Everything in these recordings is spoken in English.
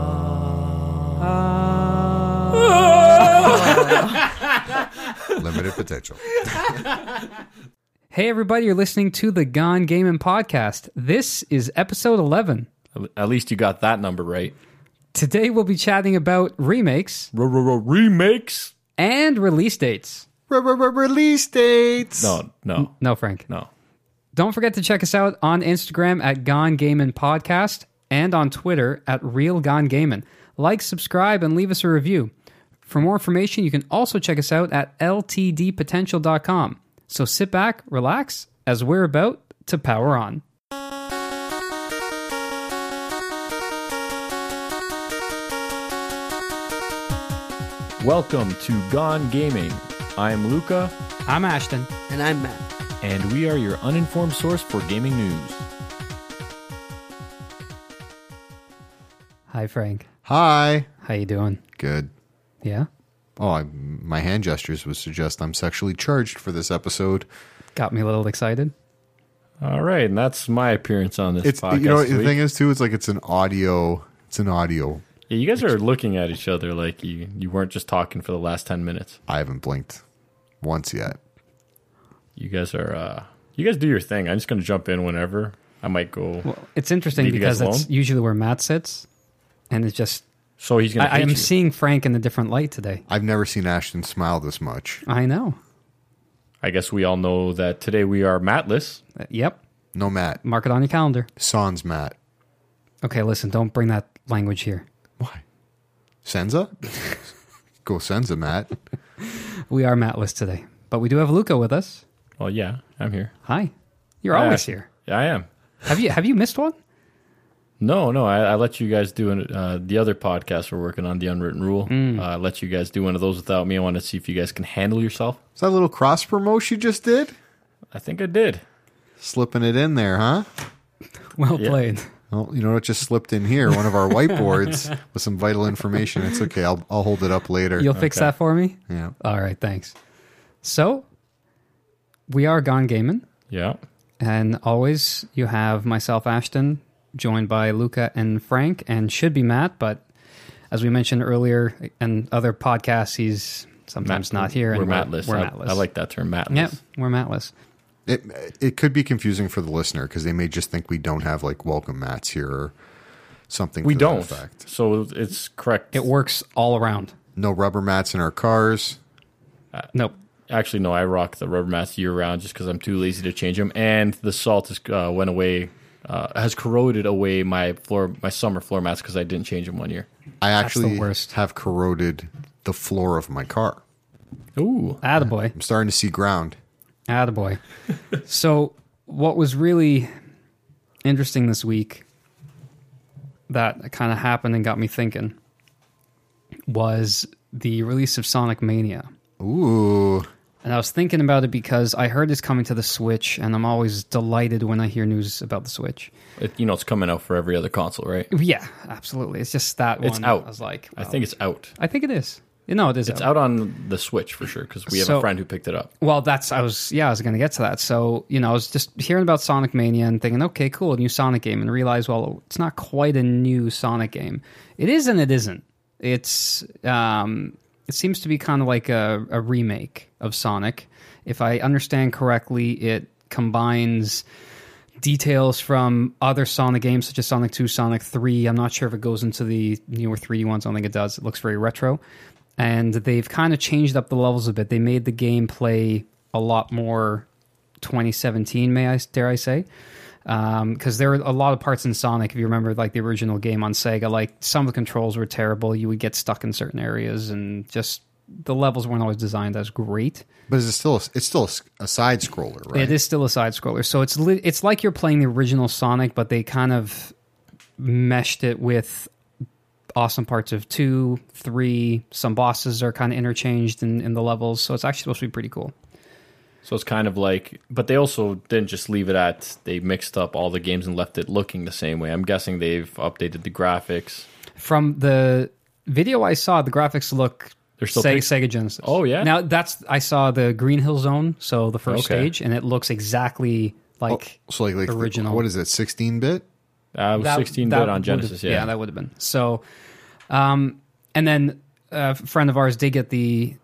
Limited potential. Hey, everybody, you're listening to the Gone Gaming Podcast. This is episode 11. At least you got that number right. Today, we'll be chatting about remakes Remakes? and release dates. Release dates. No, no, No, Frank. no. Don't forget to check us out on Instagram at Gone Gaming Podcast and on Twitter at Real Gone Gaming. Like, subscribe, and leave us a review. For more information, you can also check us out at ltdpotential.com. So sit back, relax, as we're about to power on. Welcome to Gone Gaming. I'm Luca, I'm Ashton. And I'm Matt. and we are your uninformed source for gaming news. Hi, Frank. Hi. How you doing? Good. Yeah? Oh, I, my hand gestures would suggest I'm sexually charged for this episode. Got me a little excited. All right, and that's my appearance on this It's podcast. you know this the week. thing is too. It's like it's an audio. It's an audio. yeah, you guys are looking at each other like you, you weren't just talking for the last 10 minutes. I haven't blinked once yet. You guys are, uh, you guys do your thing. I'm just going to jump in whenever. I might go. Well, it's interesting Leave you because guys that's alone? usually where Matt sits, and it's just so he's going to. I, I am you. seeing Frank in a different light today. I've never seen Ashton smile this much. I know. I guess we all know that today we are matless. Uh, Yep, No, Matt. mark it on your calendar. Sans Matt. Okay, listen, don't bring that language here. Why? Senza? Go Senza, Matt. We are Matless today, but we do have Luca with us. Well, yeah, I'm here. Hi, you're Yeah. always here. Yeah, I am. Have you have you missed one? No, no, I, I let you guys do an, uh, the other podcast we're working on, the Unwritten Rule. Mm. Uh, I let you guys do one of those without me. I want to see if you guys can handle yourself. Is that a little cross promotion you just did? I think I did. Slipping it in there, huh? Well played. Well, you know what just slipped in here? One of our whiteboards with some vital information. It's okay. I'll, I'll hold it up later. You'll fix that for me. yeah. All right, thanks. So we are gone gaming, Yeah, and always you have myself, Ashton, joined by Luca and Frank, and should be Matt, but as we mentioned earlier and other podcasts, he's sometimes not here. We're and matless. We're I, matless. I like that term, matless. Yep, we're matless. It, it could be confusing for the listener because they may just think we don't have like welcome mats here or something. We to that don't. effect. So it's correct. It works all around. No rubber mats in our cars. Nope. Actually, no, I rock the rubber mats year round just because I'm too lazy to change them. And the salt has uh, went away, uh, has corroded away my floor, my summer floor mats because I didn't change them one year. I the actually worst. have corroded the floor of my car. Ooh, Attaboy. I'm starting to see ground. Attaboy. so, what was really interesting this week that kind of happened and got me thinking was the release of Sonic Mania. Ooh. And I was thinking about it because I heard it's coming to the Switch, and I'm always delighted when I hear news about the Switch. it, you know it's coming out for every other console, right? Yeah, absolutely. It's just that It's one. out. I was like, I think it's out. I think it is. No, it is. It's out on the Switch for sure because we have So- a friend who picked it up. Well, that's I was yeah I was going to get to that. So you know I was just hearing about Sonic Mania and thinking, okay, cool, a new Sonic game, and realize well it's not quite a new Sonic game. It is and it isn't. It's um, it seems to be kind of like a, a remake of Sonic. If I understand correctly, it combines details from other Sonic games such as Sonic 2, Sonic 3. I'm not sure if it goes into the newer 3D ones. I don't think it does. It looks very retro. And they've kind of changed up the levels a bit. They made the game play a lot more 2017, may I dare I say? Because there were a lot of parts in Sonic, if you remember, like the original game on Sega, like some of the controls were terrible. You would get stuck in certain areas, and just the levels weren't always designed as great. But is it still a, it's still a s- a, side scroller, right? It is still a side scroller, so it's li- it's like you're playing the original Sonic, but they kind of meshed it with awesome parts of two, three. Some bosses are kind of interchanged in, in the levels, so it's actually supposed to be pretty cool. So it's kind of like, but they also didn't just leave it at they mixed up all the games and left it looking the same way. I'm guessing they've updated the graphics. From the video I saw, the graphics look They're still Sega, pic- Sega Genesis. Oh, yeah? Now that's I saw the Green Hill Zone, so the first Okay. Oh, stage, and it looks exactly like so like, like the- Original. what is it? 16 bit? Uh, it was that- 16 that bit on would've- Genesis, yeah. that would have been. So, um, and then a f- friend of ours did get the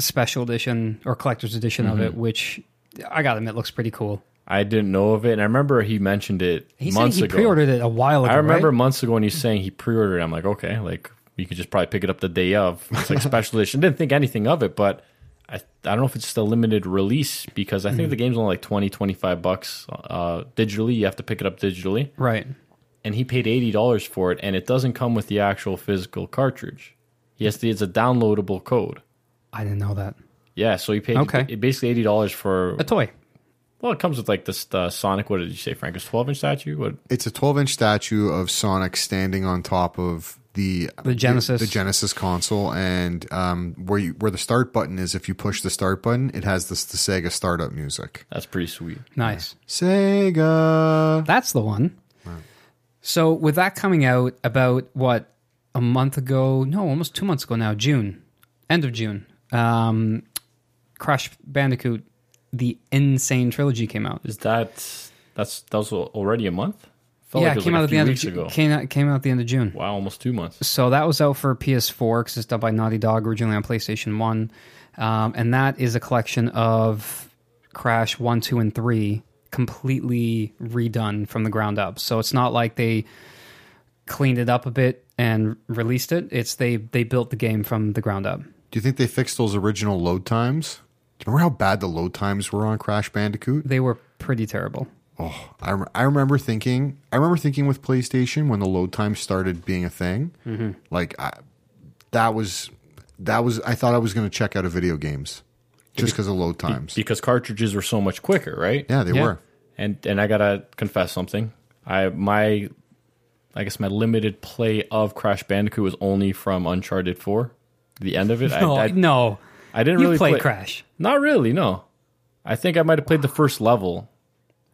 special edition or collector's edition Mm-hmm. of it, which I gotta admit looks pretty cool. I didn't know of it, and I remember he mentioned it He months said he ago. pre-ordered it a while ago. I remember right? months ago when he's saying he pre-ordered. it, I'm like, okay, like you could just probably pick it up the day of. It's like special edition. Didn't think anything of it, but I I don't know if it's just a limited release because I think Mm-hmm. the game's only like 20, 25 bucks uh, digitally. You have to pick it up digitally, right. and he paid eighty dollars for it, and it doesn't come with the actual physical cartridge. Yes, it's a downloadable code. I didn't know that. Yeah, so he paid Okay. basically eighty dollars for. A toy. Well, it comes with like this uh, Sonic. What did you say, Frank? It's twelve inch statue. What It's a 12 inch statue of Sonic standing on top of the The Genesis. the, Genesis console, and um, where you where the start button is. If you push the start button, it has this the Sega startup music. That's pretty sweet. Nice. Sega. That's the one. So with that coming out about what a month ago, no, almost two months ago now, June, end of June, um, Crash Bandicoot: The Insane Trilogy came out. Is that that's that was already a month? Felt yeah, it like Oh, was came like out at a the few end of weeks Ju- ago. came out came out at the end of June. Wow, almost two months. So that was out for PS4 because it's done by Naughty Dog originally on PlayStation One, um, and that is a collection of Crash One, Two, and Three completely redone from the ground up. So it's not like they cleaned it up a bit and released it. It's they they built the game from the ground up. Do you think they fixed those original load times? Do you remember how bad the load times were on Crash Bandicoot? They were pretty terrible. Oh, I, rem- I remember thinking. I remember thinking with PlayStation when the load time started being a thing. Like I, that was that was. I thought I was going to check out of video games just because of load times. Because cartridges were so much quicker, right? yeah, they Yeah. were. And and I gotta confess something. I my I guess my limited play of Crash Bandicoot was only from Uncharted Four. The end of it. No, I, I, no, I didn't you really played play Crash, Not really. No, I think I might have played the first level.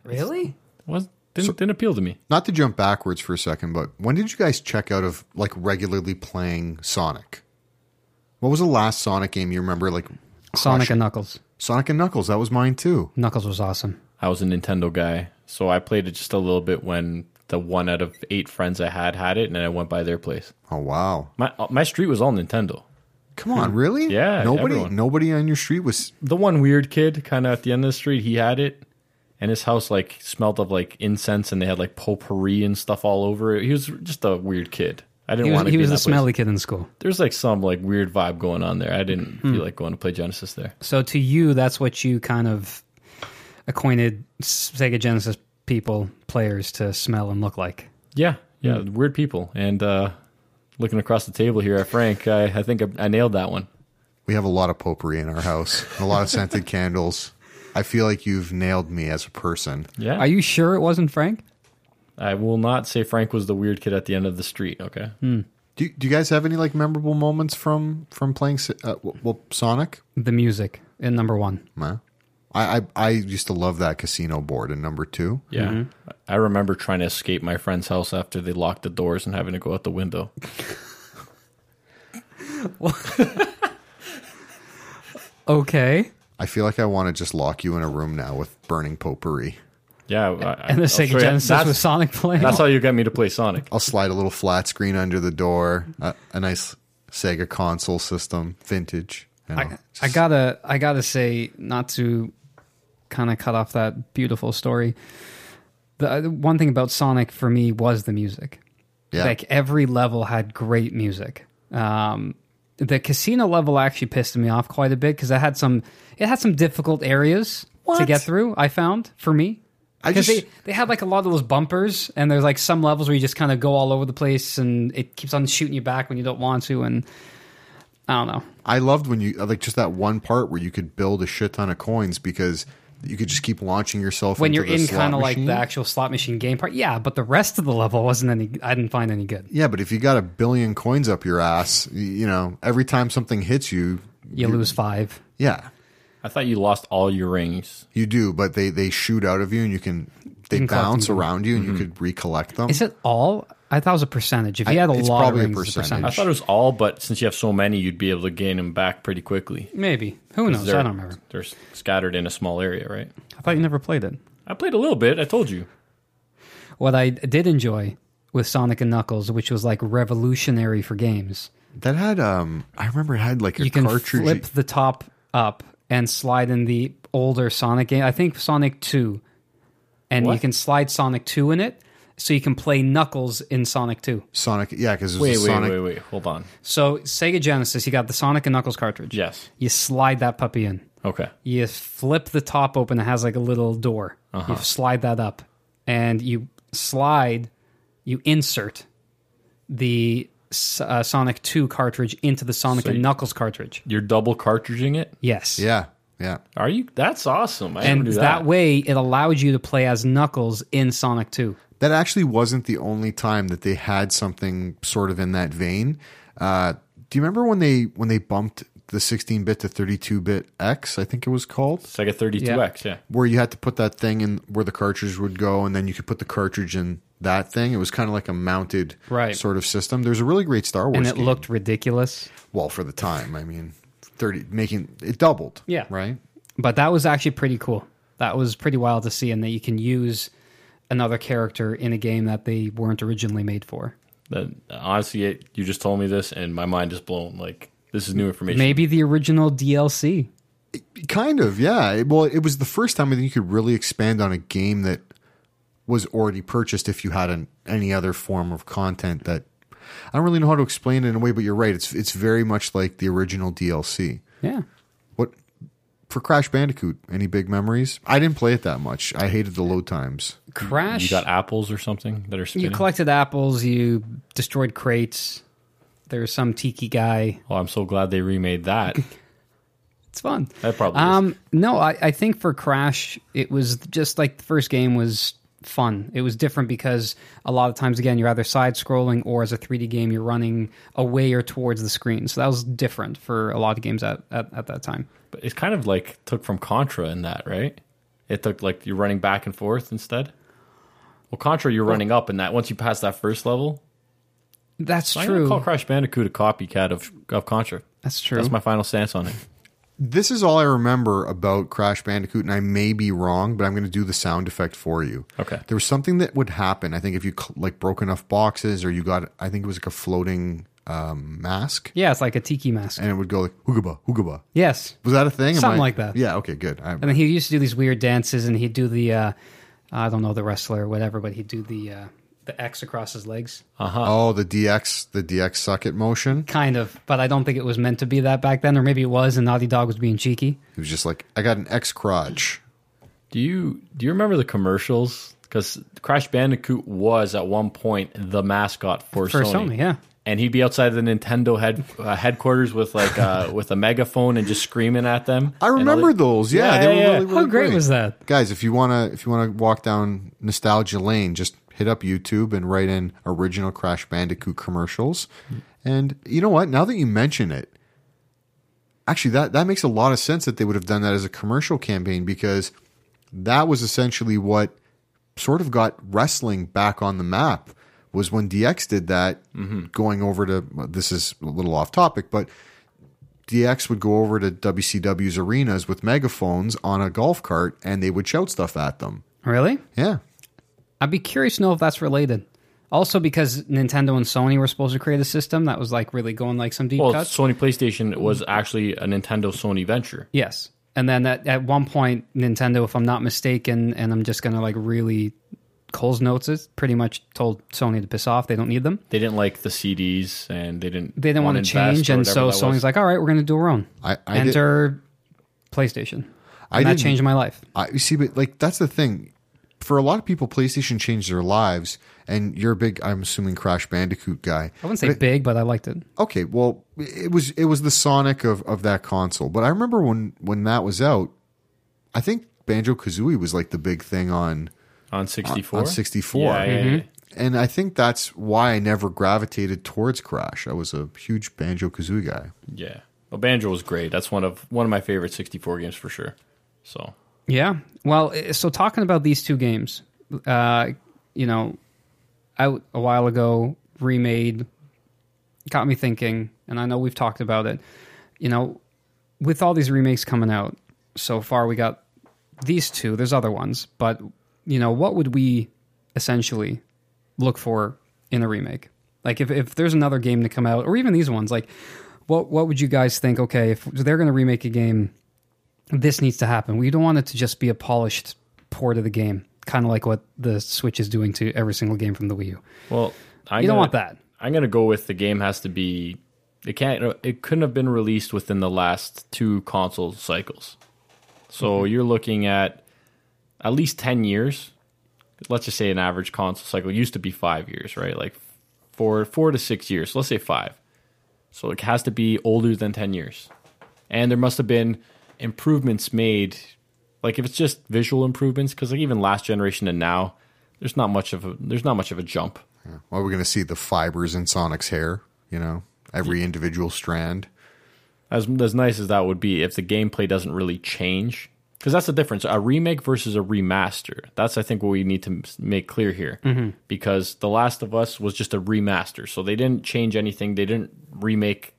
really? Was didn't didn't appeal to me. Not to jump backwards for a second, but when did you guys check out of like regularly playing Sonic? What was the last Sonic game you remember? Like Sonic and Knuckles. Sonic and Knuckles. That was mine too. Knuckles was awesome. I was a Nintendo guy, so I played it just a little bit when the one out of eight friends I had had it, and then I went by their place. Oh wow! My uh, my street was all Nintendo. Come on, really? Hmm. Yeah, Nobody, everyone. nobody on your street was The one weird kid, kind of at the end of the street, he had it, and his house like smelled of like incense, and they had like potpourri and stuff all over it. He was just a weird kid. I He didn't want was, to. he be was in the that place. smelly kid in school. There's like some like weird vibe going on there. I didn't Hmm. feel like going to play Genesis there. So to you, that's what you kind of acquainted Sega Genesis people players to smell and look like. Yeah, yeah, Hmm. weird people. And uh looking across the table here at Frank, I, I think I, I nailed that one. We have a lot of potpourri in our house, a lot of scented candles. I feel like you've nailed me as a person. Yeah, Are you sure it wasn't Frank? I will not say Frank was the weird kid at the end of the street. Okay. Do, do you guys have any like memorable moments from from playing S- uh, w- well Sonic? The music in number one. No. I, I I used to love that casino board in number two. Yeah. Mm-hmm. I remember trying to escape my friend's house after they locked the doors and having to go out the window. Okay. I feel like I want to just lock you in a room now with burning potpourri. Yeah. I, And the I'll show Sega you- Genesis Oh, that's, with Sonic playing. That's how you got me to play Sonic. I'll slide a little flat screen under the door, a, a nice Sega console system, vintage. You know, I, I gotta I gotta say not to kind of cut off that beautiful story. The uh, one thing about Sonic for me was the music. Yeah. Like every level had great music. Um, the casino level actually pissed me off quite a bit because it had some it had some difficult areas to What? get through. I found for me. I Because just- they, they had like a lot of those bumpers, and there's like some levels where you just kind of go all over the place, and it keeps on shooting you back when you don't want to, and I don't know. I loved when you uh, like just that one part where you could build a shit ton of coins because you could just keep launching yourself when into you're the in slot kind of like machine. the actual slot machine game part. Yeah, but the rest of the level wasn't any. I didn't find any good. Yeah, but if you got a billion coins up your ass, y- you know every time something hits you, You lose five. yeah, I thought you lost all your rings. you do. But they they shoot out of you, and you can they can collect bounce them. Mm-hmm. around you, and you could recollect them. Is it all? I thought it was a percentage. If you had a it's lot probably a of rings, it's a percentage. I percentage. thought it was all, but since you have so many, you'd be able to gain them back pretty quickly. Maybe. Who knows? I don't remember. They're scattered in a small area, right? I thought you never played it. I played a little bit. I told you. What I did enjoy with Sonic and Knuckles, which was like revolutionary for games, that had um, I remember it had like a you can cartridge. flip the top up and slide in the older Sonic game. I think Sonic 2. And you What? can slide Sonic 2 in it so you can play Knuckles in Sonic 2. Sonic, yeah, because there's Wait, a wait, Sonic. wait, wait. Hold on. So Sega Genesis, you got the Sonic and Knuckles cartridge. Yes. You slide that puppy in. Okay. You flip the top open. It has like a little door. Uh-huh. You slide that up, and you slide, you insert the S- uh, Sonic Two cartridge into the Sonic and Knuckles cartridge. You're double cartridging it. Yes. Yeah, yeah. Are you? That's awesome. I And never knew that. that. way, it allowed you to play as Knuckles in Sonic Two. That actually wasn't the only time that they had something sort of in that vein. Uh, do you remember when they when they bumped the 16-bit to 32-bit X? I think it was called, It's like a 32x. Yeah. where you had to put that thing in where the cartridge would go, and then you could put the cartridge in that thing. It was kind of like a mounted Right. sort of system. There's a really great Star Wars. And it game. looked ridiculous. well for the time. I mean, thirty making it doubled. Yeah. right. but that was actually pretty cool. That was pretty wild to see, and that you can use another character in a game that they weren't originally made for. That honestly, it, you just told me this, and my mind is blown. Like this is new information. Maybe the original DLC. Kind of, yeah. It- well, it was the first time I think you could really expand on a game that was already purchased if you had an, any other form of content that I don't really know how to explain it in a way, but you're right. It's it's very much like the original DLC. Yeah. What for Crash Bandicoot? Any big memories? I didn't play it that much. I hated the load times. Crash. you got apples or something that are You spinning. collected apples. You destroyed crates. There was some tiki guy. oh, I'm so glad they remade that. It's fun. That probably is. Um, no, I, I think for Crash, it was just like the first game was fun. It was different because a lot of times, again, you're either side scrolling or as a 3D game, you're running away or towards the screen. So that was different for a lot of games at, at, at that time. But it's kind of like took from Contra in that, right? It took like you're running back and forth instead. Well, Contra, you're running up, and that once you pass that first level, That's I'm gonna true. call Crash Bandicoot a copycat of of Contra. That's true. That's my final stance on it. This is all I remember about Crash Bandicoot, and I may be wrong, but I'm going to do the sound effect for you. Okay. There was something that would happen. I think if you cl- like broke enough boxes, or you got, I think it was like a floating um, mask, yeah, it's like a tiki mask. and it would go like hoogaba, hoogaba. yes. Was that a thing? Am Something I- like that. Yeah. Okay. Good. I, And then he used to do these weird dances, and he'd do the, uh, I don't know, the wrestler or whatever, but he'd do the uh, the X across his legs, oh, the DX, the DX socket motion. kind of. But I don't think it was meant to be that back then, or maybe it was, and Naughty Dog was being cheeky. It was just like I got an X crotch. Do you do you remember the commercials? Because Crash Bandicoot was at one point the mascot for, For Sony. Sony, yeah. And he'd be outside the Nintendo head uh, headquarters with like uh, with a megaphone and just screaming at them. I And all remember the- those. Yeah, Yeah, they were yeah, yeah. really, really How great was that? guys if you want to if you want to walk down nostalgia lane just hit up youtube and write in original crash bandicoot commercials and you know what now that you mention it actually that that makes a lot of sense that they would have done that as a commercial campaign because that was essentially what sort of got wrestling back on the map was when DX did that going over to this is a little off topic but DX would go over to WCW's arenas with megaphones on a golf cart and they would shout stuff at them. Really? Yeah. I'd be curious to know if that's related. Also, because Nintendo and Sony were supposed to create a system that was like really going like some deep Well, cuts. Sony PlayStation was actually a Nintendo Sony venture. Yes. And then at, at one point, Nintendo, if I'm not mistaken, and I'm just going to like really Cole's notes is pretty much told Sony to piss off. They don't need them. They didn't like the CDs and they didn't They didn't want to invest change. or And whatever so that was. Sony's like, all right, we're going to do our own. I- I did- Enter PlayStation. I And that didn't- changed my life. I you see, but like that's the thing. For a lot of people, PlayStation changed their lives, and you're a big, I'm assuming, Crash Bandicoot guy. I wouldn't say big, but I liked it. Okay, well, it was it was the Sonic of, of that console. But I remember when when that was out, I think Banjo Kazooie was like the big thing on on 64. on 64. Yeah, yeah, Mm-hmm. yeah. and I think that's why I never gravitated towards Crash. I was a huge Banjo Kazooie guy. Yeah. Well, Banjo was great. That's one of one of my favorite 64 games for sure. So Yeah. Well, eh, so talking about these two games, uh, you know, out a while ago, remade, got me thinking, and I know we've talked about it. You know, with all these remakes coming out so far, we got these two. There's other ones, but you know, what would we essentially look for in a remake? Like, if if there's another game to come out, or even these ones, like, what what would you guys think? Okay, if they're going to remake a game this needs to happen. We don't want it to just be a polished port of the game, kind of like what the Switch is doing to every single game from the Wii U. Well, I You don't want that. I'm gonna go with the game has to be. It can't. It couldn't have been released within the last two console cycles. So you're looking at at least ten years. Let's just say an average console cycle used to be five years, right? Like four, four to six years. So let's say five. So it has to be older than ten years, and there must have been improvements made. Like if it's just visual improvements, because like even last generation and now, there's not much of a, there's not much of a jump. Well, we're going to see the fibers in Sonic's hair, you know, every individual strand. as as nice as that would be if the gameplay doesn't really change because that's the difference a remake versus a remaster that's i think what we need to m- make clear here Mm-hmm. because the last of us was just a remaster so they didn't change anything they didn't remake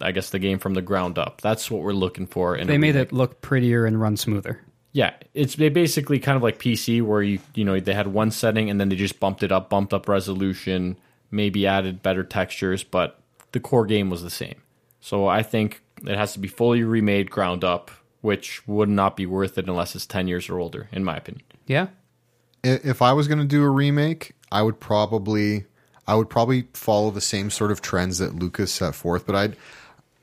i guess the game from the ground up that's what we're looking for in They a made it remake. look prettier and run smoother. Yeah, it's they basically kind of like PC where you you know they had one setting and then they just bumped it up, bumped up resolution, maybe added better textures, but the core game was the same. So I think it has to be fully remade ground up, which would not be worth it unless it's 10 years or older in my opinion. Yeah. I- If I was going to do a remake, I would probably I would probably follow the same sort of trends that Lucas set forth, but I'd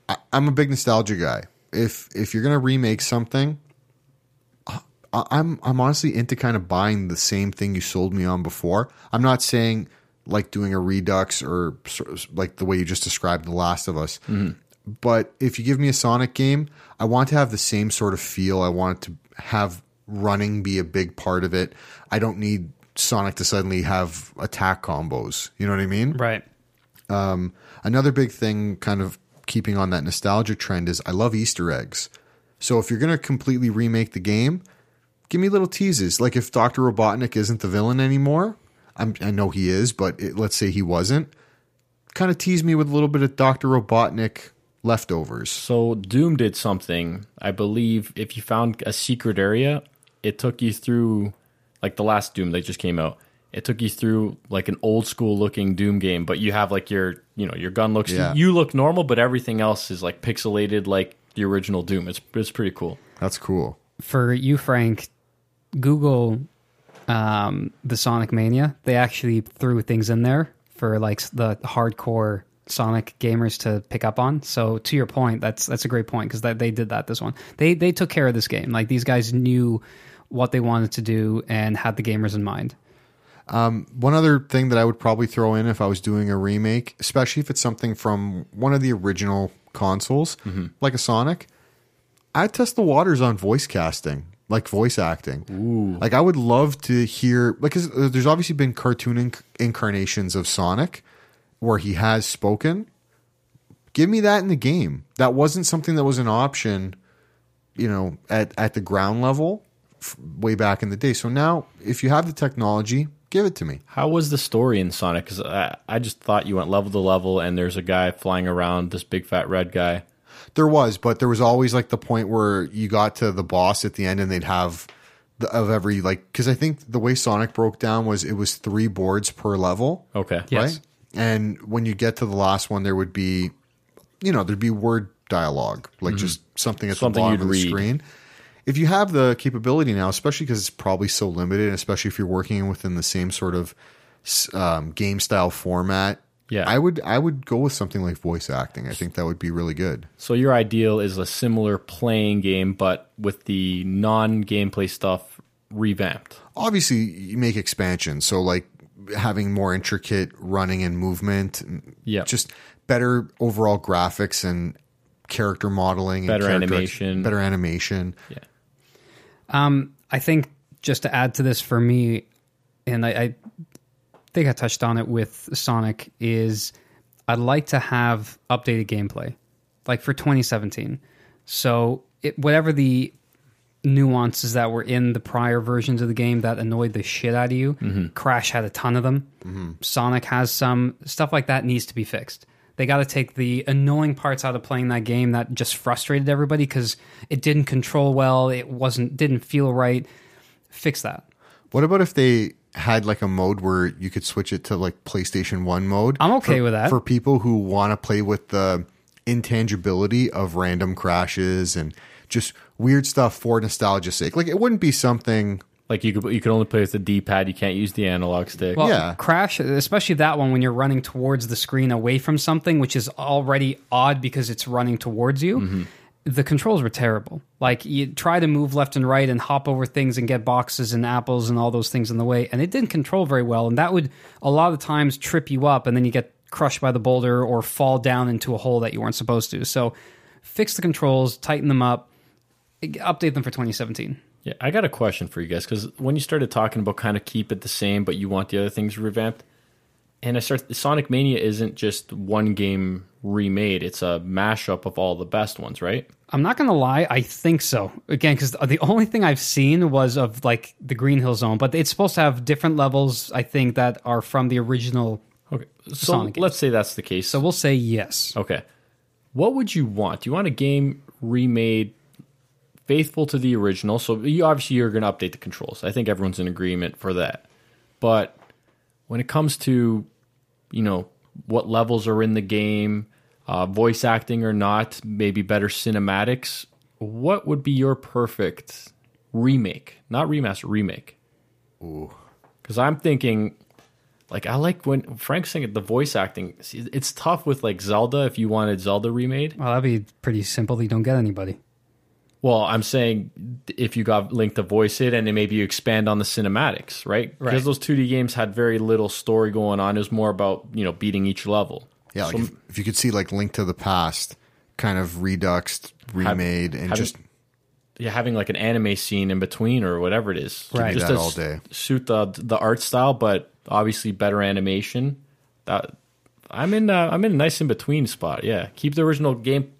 I, I'm a big nostalgia guy. If if you're going to remake something, I- I'm I'm honestly into kind of buying the same thing you sold me on before. I'm not saying like doing a redux or sort of like the way you just described The Last of Us. But if you give me a Sonic game, I want to have the same sort of feel. I want it to have running be a big part of it. I don't need Sonic to suddenly have attack combos. You know what I mean? Right. Another big thing, kind of keeping on that nostalgia trend, is I love Easter eggs. So if you're going to completely remake the game, give me little teases. Like if Dr. Robotnik isn't the villain anymore, I'm, I know he is, but it, let's say he wasn't, kind of tease me with a little bit of Dr. Robotnik leftovers. So Doom did something, I believe if you found a secret area, it took you through like the last Doom that just came out. It took you through like an old school looking Doom game, but you have like your you know, your gun looks Yeah. you look normal, but everything else is like pixelated like the original Doom. It's it's pretty cool. That's cool. For you, Frank, Google um, the Sonic Mania. They actually threw things in there for like the hardcore Sonic gamers to pick up on. So to your point, that's that's a great point because that they did that this one. They they took care of this game. Like these guys knew what they wanted to do and had the gamers in mind. One other thing that I would probably throw in if I was doing a remake, especially if it's something from one of the original consoles, like a Sonic, I test the waters on voice casting, like voice acting. Like I would love to hear, like 'cause, uh, there's obviously been cartoon inc- incarnations of Sonic where he has spoken. Give me that in the game. That wasn't something that was an option, you know, at at the ground level f- way back in the day. So now, if you have the technology, give it to me. How was the story in Sonic? Because I, I just thought you went level to level, and there's a guy flying around, this big fat red guy. There was, but there was always like the point where you got to the boss at the end, and they'd have the, of every like because I think the way Sonic broke down was it was three boards per level, Okay, Yes. right? And when you get to the last one, there would be, you know, there'd be word dialogue, like just something at Mm-hmm. Something the you'd bottom of the read. screen. If you have the capability now, especially because it's probably so limited, and especially if you're working within the same sort of s- um, game style format, Yeah. I would I would go with something like voice acting. I think that would be really good. So your ideal is a similar playing game, but with the non-gameplay stuff revamped. obviously you make expansions so like having more intricate running and movement and Yeah. just better overall graphics and character modeling Better and character- animation. better animation Yeah. I think just to add to this for me, and I, I think I touched on it with Sonic, is I'd like to have updated gameplay, like for 2017. So it, whatever the nuances that were in the prior versions of the game that annoyed the shit out of you, Crash had a ton of them. Sonic has some stuff like that needs to be fixed. They got to take the annoying parts out of playing that game that just frustrated everybody because it didn't control well, it wasn't didn't feel right. Fix that. what about if they had like a mode where you could switch it to like playstation 1 mode I'm okay for, with that. for people who want to play with the intangibility of random crashes and just weird stuff for nostalgia's sake. Like it wouldn't be something. Like you could you could only play with the D pad. You can't use the analog stick. Well, Yeah. Crash, especially that one when you're running towards the screen away from something, which is already odd because it's running towards you. The controls were terrible. Like you try to move left and right and hop over things and get boxes and apples and all those things in the way, and it didn't control very well. And that would a lot of times trip you up, and then you get crushed by the boulder or fall down into a hole that you weren't supposed to. So, fix the controls, tighten them up, update them for 2017. Yeah, I got a question for you guys because when you started talking about kind of keep it the same, but you want the other things revamped, and I start Sonic Mania isn't just one game remade; it's a mashup of all the best ones, right? I'm not gonna lie. I think so. Again, because the only thing I've seen was of like the Green Hill Zone, but it's supposed to have different levels. I think that are from the original. Okay, so Sonic let's say that's the case. So we'll say yes. okay, what would you want? Do you want a game remade faithful to the original? So you obviously you're going to update the controls. I think everyone's in agreement for that. But when it comes to you know what levels are in the game uh, voice acting or not maybe better cinematics what would be your perfect remake not remaster remake because i'm thinking like i like when frank's saying the voice acting see, it's tough with like zelda if you wanted zelda remade Well, that'd be pretty simple. You don't get anybody. well i'm saying if you got link to voice it and then maybe you expand on the cinematics right because Right. those 2d games had very little story going on it was more about you know beating each level Yeah, like if, if you could see like Link to the Past, kind of reduxed, remade, and have- just yeah, having like an anime scene in between or whatever it is. Right. that to all s- day. Suit the the art style, but obviously better animation. That I'm in. Uh, I'm in a nice in between spot. Yeah, keep the original game,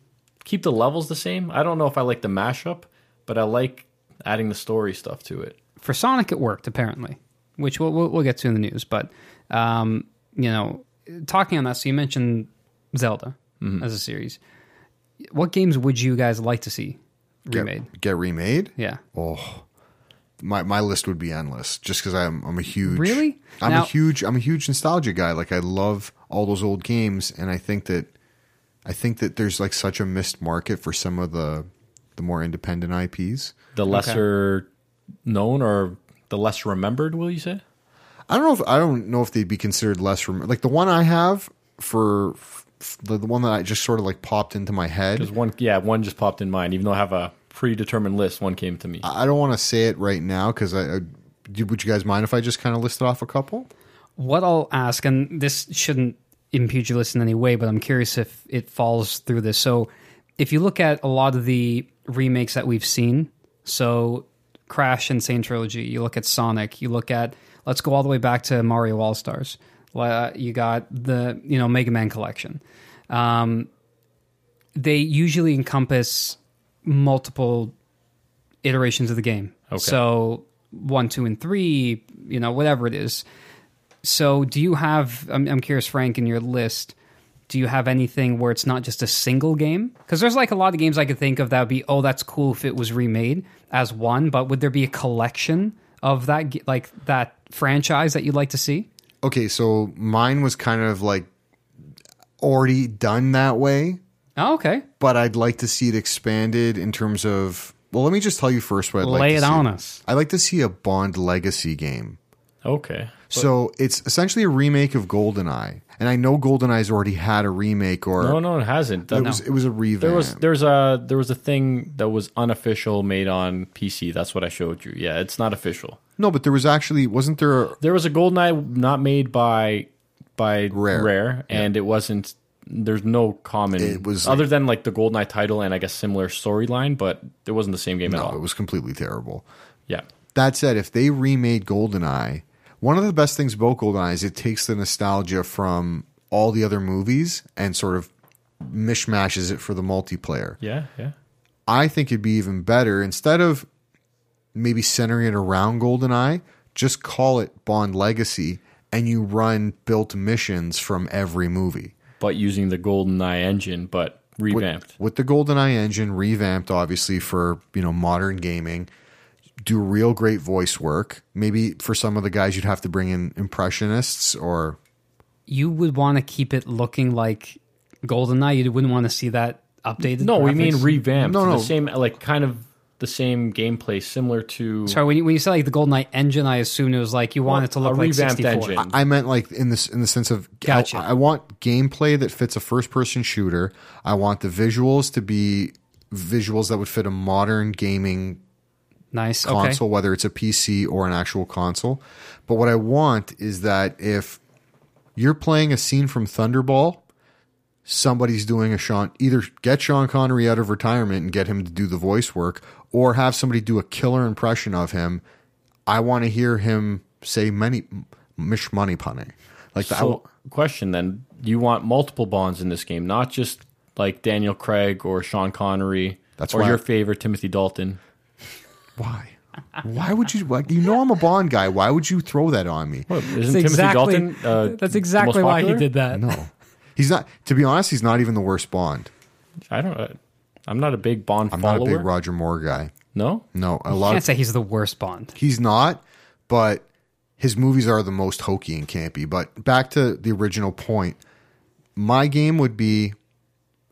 keep the levels the same. I don't know if I like the mashup, but I like adding the story stuff to it. For Sonic, it worked apparently, which we'll we'll, we'll get to in the news. But um, you know, talking on that, so you mentioned Zelda as a series. What games would you guys like to see get remade? get remade. Yeah. Oh, my my list would be endless just because I'm I'm a huge Really? I'm Now- a huge I'm a huge nostalgia guy. Like I love all those old games, and I think that I think that there's like such a missed market for some of the the more independent IPs. The lesser known or the less remembered, will you say? I don't know if I don't know if they'd be considered less rem- like the one I have for f- f- the, the one that I just sort of like popped into my head. Because one, yeah, one just popped in mind. Even though I have a predetermined list, one came to me. I I don't want to say it right now because I, I do, would you guys mind if I just kind of listed off a couple? what I'll ask, and this shouldn't impugn your list in any way, but I'm curious if it falls through this. So, if you look at a lot of the remakes that we've seen, so Crash and Sane Trilogy, you look at Sonic, you look at, let's go all the way back to Mario All Stars. You got the, you know, Mega Man collection. Um, they usually encompass multiple iterations of the game. So one, two, and three, you know, whatever it is. So, do you have? I'm, I'm curious, Frank, in your list, do you have anything where it's not just a single game? Because there's like a lot of games I could think of that would be, oh, that's cool if it was remade as one, but would there be a collection of that, ge- like that franchise that you'd like to see? Okay, so mine was kind of like already done that way, Oh, okay, but I'd like to see it expanded in terms of. Well, let me just tell you first what I'd like lay to it see. on us. I'd like to see a Bond Legacy game. Okay, so it's essentially a remake of GoldenEye, and I know GoldenEye's already had a remake or no, no, it hasn't. it was it was a revamp. There was there's a there was a thing that was unofficial made on PC. That's what I showed you. Yeah, it's not official. no, but there was actually wasn't there? a- There was a GoldenEye not made by by Rare. Rare, and it wasn't. There's no common. It was other than like the GoldenEye title and I guess similar storyline, but it wasn't the same game at oh, it all. was completely terrible. Yeah, That said, if they remade GoldenEye, one of the best things about GoldenEye is it takes the nostalgia from all the other movies and sort of mishmashes it for the multiplayer. yeah, yeah. I think it'd be even better instead of maybe centering it around GoldenEye, just call it Bond Legacy and you run built missions from every movie. But using the GoldenEye engine, but revamped. With the GoldenEye engine revamped obviously for, you know, modern gaming, do real great voice work. Maybe for some of the guys you'd have to bring in impressionists or You would want to keep it looking like GoldenEye. You wouldn't want to see that updated. no, we graphics? mean revamped. No, No, no. the same like kind of the same gameplay, similar to Sorry, when you, when you said like the GoldenEye engine, I assumed it was like you want Well, it to look a like revamped 64. engine. I I meant like in this in the sense of Gotcha. I, I want gameplay that fits a first person shooter. I want the visuals to be visuals that would fit a modern gaming Nice. Okay. console, whether it's a PC or an actual console. But what I want is that if you're playing a scene from Thunderball, somebody's doing a Sean either get Sean Connery out of retirement and get him to do the voice work, or have somebody do a killer impression of him. I want to hear him say many mish money punny. Like that. So, question then: You want multiple Bonds in this game, not just like Daniel Craig or Sean Connery, That's or why- your favorite Timothy Dalton. why? Why would you like you know I'm a Bond guy. Why would you throw that on me? Isn't exactly- Timothy Dalton? Uh, the That's most exactly why he popular? did that. No. He's not to be honest, he's not even the worst Bond. I don't. uh, I'm not a big Bond I'm follower. not a big Roger Moore guy. no, No, a I lot can't of say he's the worst Bond. he's not, but his movies are the most hokey and campy. But back to the original point, my game would be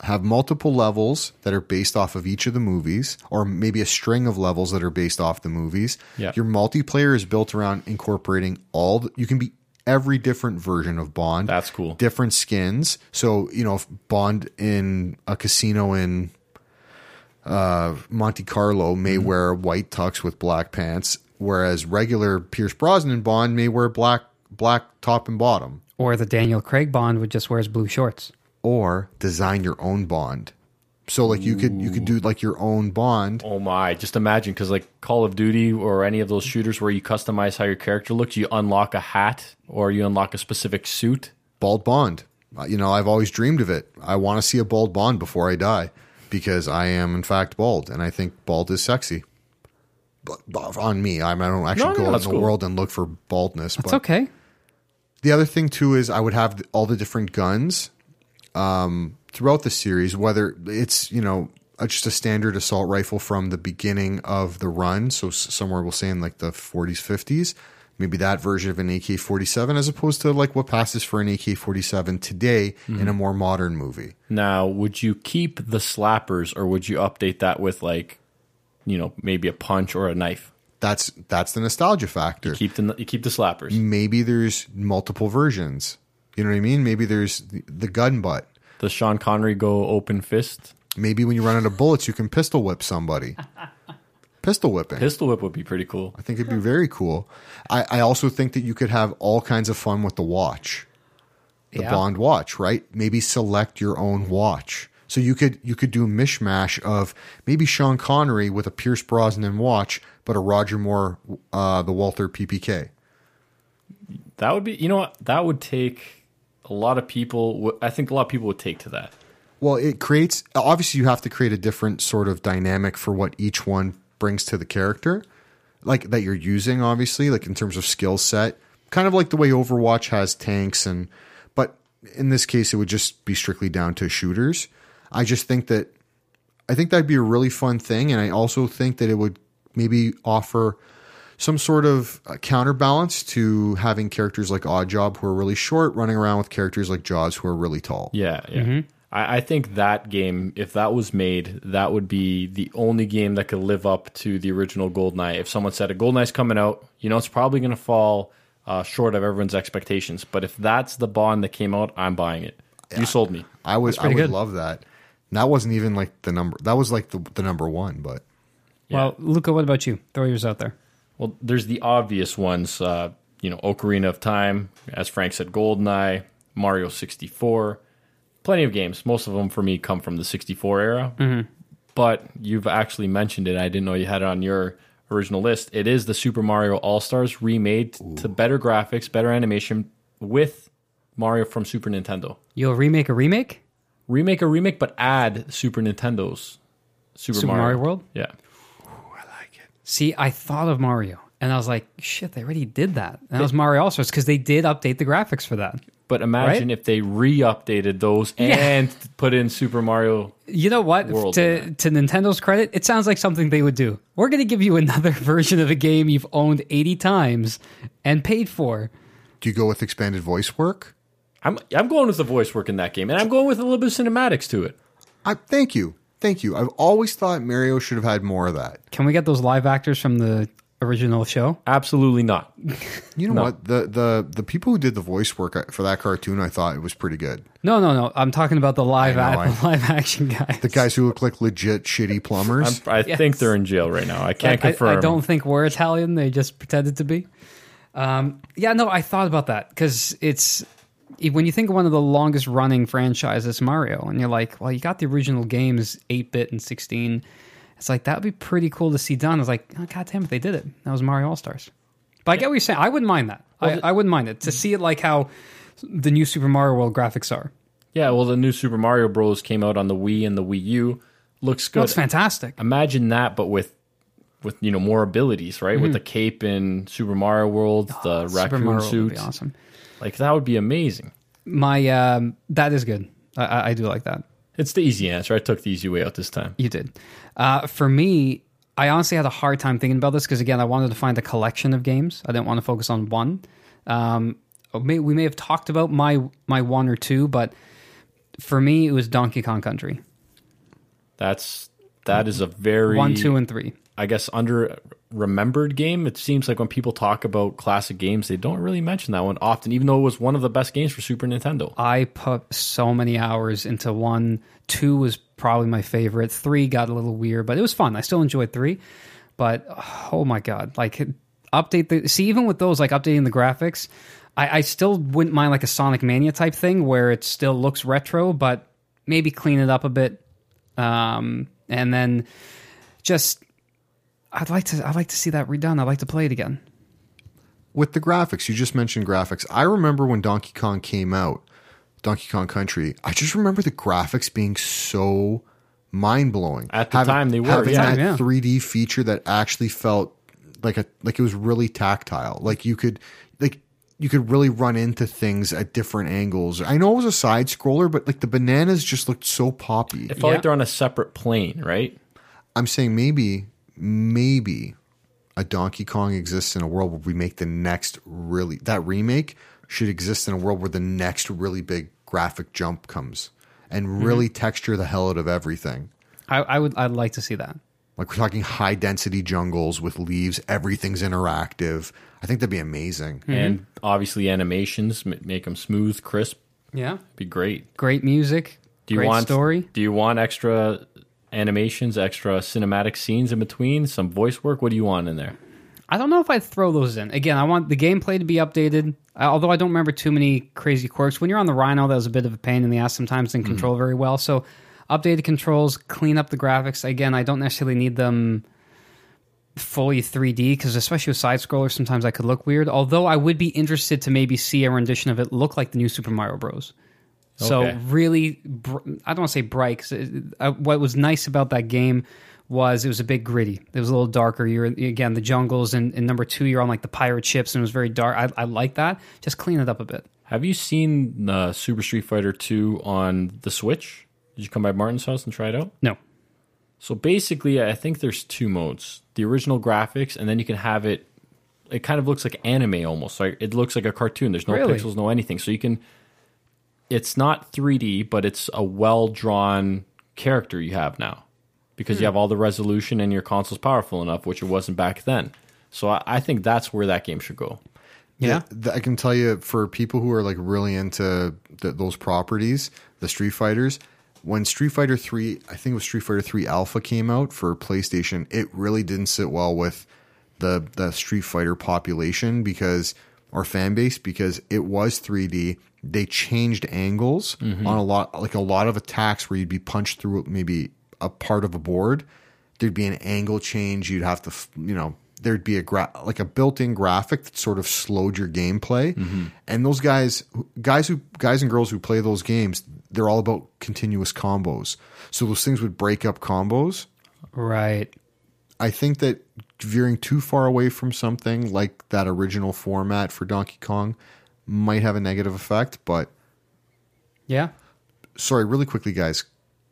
have multiple levels that are based off of each of the movies, or maybe a string of levels that are based off the movies. Yeah. Your multiplayer is built around incorporating all. The, you can be every different version of Bond. That's cool. Different skins. So you know, if Bond in a casino in uh, Monte Carlo may wear white tux with black pants, whereas regular Pierce Brosnan Bond may wear black black top and bottom. Or the Daniel Craig Bond would just wears blue shorts. Or design your own Bond. So like you could you could do like your own Bond. Oh my! Just imagine, because like Call of Duty or any of those shooters where you customize how your character looks, you unlock a hat or you unlock a specific suit. bald bond. Uh, You know, I've always dreamed of it. I want to see a bald bond before I die because I am, in fact, bald, and I think bald is sexy. But, but on me, I, mean, I don't actually No, no, go out that's in the cool. world and look for baldness. It's but okay. the other thing too is I would have th- all the different guns um, throughout the series, whether it's you know a- just a standard assault rifle from the beginning of the run, so s- somewhere we'll say in like the 40s, 50s, maybe that version of an AK-47, as opposed to like what passes for an AK-47 today in Mm-hmm. a more modern movie. Now, would you keep the slappers or would you update that with like, you know, maybe a punch or a knife? That's that's the nostalgia factor. Keep the you keep the slappers, Maybe there's multiple versions. You know what I mean? Maybe there's the, the gun butt. the Sean Connery go open fist, Maybe when you run out of bullets, you can pistol whip somebody. Pistol whipping. pistol whip would be pretty cool. I think it'd be very cool. I, I also think that you could have all kinds of fun with the watch, the Yeah. Bond watch, right? Maybe select your own watch. So you could you could do a mishmash of maybe Sean Connery with a Pierce Brosnan watch, but a Roger Moore, uh, the Walther PPK. That would be, you know, what that would take a lot of people. w- I think a lot of people would take to that. Well, it creates obviously you have to create a different sort of dynamic for what each one brings to the character, like that you're using obviously, like in terms of skill set, kind of like the way Overwatch has tanks and but in this case it would just be strictly down to shooters. I just think that I think that'd be a really fun thing and I also think that it would maybe offer some sort of uh, counterbalance to having characters like Oddjob who are really short running around with characters like Jaws who are really tall. Yeah, yeah. I, I think that game, if that was made, that would be the only game that could live up to the original GoldenEye. If someone said a GoldenEye's coming out, you know it's probably going to fall uh, short of everyone's expectations. But if that's the Bond that came out, I'm buying it. You sold me. I would I would pretty good. love that. And That wasn't even like the number. That was like the, the number one, but Well, Luca, what about you? Throw yours out there. Well, there's the obvious ones, uh, you know, Ocarina of Time, as Frank said, Goldeneye, Mario 64. Plenty of games. Most of them for me come from the 64 era. Mm-hmm. But you've actually mentioned it. I didn't know you had it on your original list. It is the Super Mario All Stars remade to better graphics, better animation with Mario from Super Nintendo. You'll remake a remake? Remake a remake, but add Super Nintendo's Super, Super Mario World? Yeah. See, I thought of Mario and I was like, shit, they already did that. And that was Mario All Stars because they did update the graphics for that. But imagine Right? if they re-updated those and put in Super Mario. You know what? World To, to Nintendo's credit, it sounds like something they would do. We're going to give you another version of a game you've owned 80 times and paid for. do you go with expanded voice work? I'm I'm going with the voice work in that game, and I'm going with a little bit of cinematics to it. I thank you. Thank you. I've always thought Mario should have had more of that. Can we get those live actors from the original show? Absolutely not. You know what? The the the people who did the voice work uh, for that cartoon, I thought it was pretty good. No, no, no. I'm talking about the live, I know, ac- live action guys. The guys who look like legit shitty I'm, plumbers. I think Yes. they're in jail right now. I can't Like, I- confirm. I, don't think we're Italian. They just pretended to be. Um, yeah, no, I thought about that because it's when you think of one of the longest running franchises, Mario, and you're like, well, you got the original games, eight bit and sixteen. It's like that would be pretty cool to see done. It's like, oh, god damn it, they did it. That was Mario All Stars. But I get what you're saying. I wouldn't mind that. I, I wouldn't mind it to see it like how the new Super Mario World graphics are. Yeah, well, the new Super Mario Bros. came out on the Wii and the Wii U. Looks good. That's fantastic. Imagine that, but with with you know more abilities, right? With the cape in Super Mario World, Mm-hmm. the Oh, Super raccoon Mario World would suit, be awesome. like that would be amazing. My um, that is good. I- I, I do like that. It's the easy answer. I took the easy way out this time. You did. Uh, for me, I honestly had a hard time thinking about this because again, I wanted to find a collection of games. I didn't want to focus on one. Um, may, we may have talked about my my one or two, but for me, it was Donkey Kong Country That's that is a very one, two, and three. I guess under remembered game. It seems like when people talk about classic games, they don't really mention that one often, even though it was one of the best games for Super Nintendo. I put so many hours into one. Two was probably my favorite. Three got a little weird, but it was fun. I still enjoyed three. But oh my god, like update the see even with those like updating the graphics, I, I still wouldn't mind like a Sonic Mania type thing where it still looks retro, but maybe clean it up a bit. Um, and then just I'd like to I'd like to see that redone. I'd like to play it again. With the graphics, you just mentioned graphics. I remember when Donkey Kong came out, Donkey Kong Country. I just remember the graphics being so mind blowing. At the time, they were, having yeah. that Yeah. 3D feature that actually felt like a like it was really tactile. Like you could like you could really run into things at different angles. I know it was a side scroller, but like the bananas just looked so poppy. It felt Yeah. like they're on a separate plane, right? I'm saying maybe, maybe a Donkey Kong exists in a world where we make the next really that remake should exist in a world where the next really big graphic jump comes and really texture the hell out of everything. I, I would I'd like to see that. Like we're talking high density jungles with leaves, everything's interactive. I think that'd be amazing. Mm-hmm. And obviously, animations m- make them smooth, crisp. Yeah. Be great. Great music. Do you great want story. Do you want extra animations, extra cinematic scenes in between, some voice work? What do you want in there? I don't know if I'd throw those in. Again, I want the gameplay to be updated. I- Although I don't remember too many crazy quirks. When you're on the Rhino, that was a bit of a pain in the ass sometimes. Didn't control very well. So updated controls, clean up the graphics. Again, I don't necessarily need them fully 3D because especially with side scrollers, sometimes I could look weird. Although I would be interested to maybe see a rendition of it look like the new Super Mario Bros. So Okay. really, br- I don't want to say bright. 'cause it- uh, what was nice about that game was it was a bit gritty. It was a little darker. You're again the jungles, and, and number two, you're on like the pirate ships, and it was very dark. I, I like that. Just clean it up a bit. Have you seen uh, Super Street Fighter Two on the Switch? Did you come by Martin's house and try it out? No, So basically, I think there's two modes: the original graphics, and then you can have it. It kind of looks like anime almost. Like it looks like a cartoon. There's no Really? pixels, no anything. So you can. It's not 3D, but it's a well drawn character you have now, because you have all the resolution and your console's powerful enough, which it wasn't back then. So I, I think that's where that game should go. Yeah. Th- th- I can tell you for people who are like really into th- those properties, the Street Fighters, when Street Fighter 3, I think it was Street Fighter 3 Alpha came out for PlayStation, it really didn't sit well with the the Street Fighter population because or fan base because it was 3D. They changed angles on a lot like a lot of attacks where you'd be punched through maybe a part of a board there'd be an angle change. You'd have to, f- you know, there'd be a gra- like a built-in graphic that sort of slowed your gameplay. And those guys, guys who guys and girls who play those games, they're all about continuous combos. So those things would break up combos. right. I think that veering too far away from something like that original format for Donkey Kong might have a negative effect, but Yeah, sorry, really quickly guys,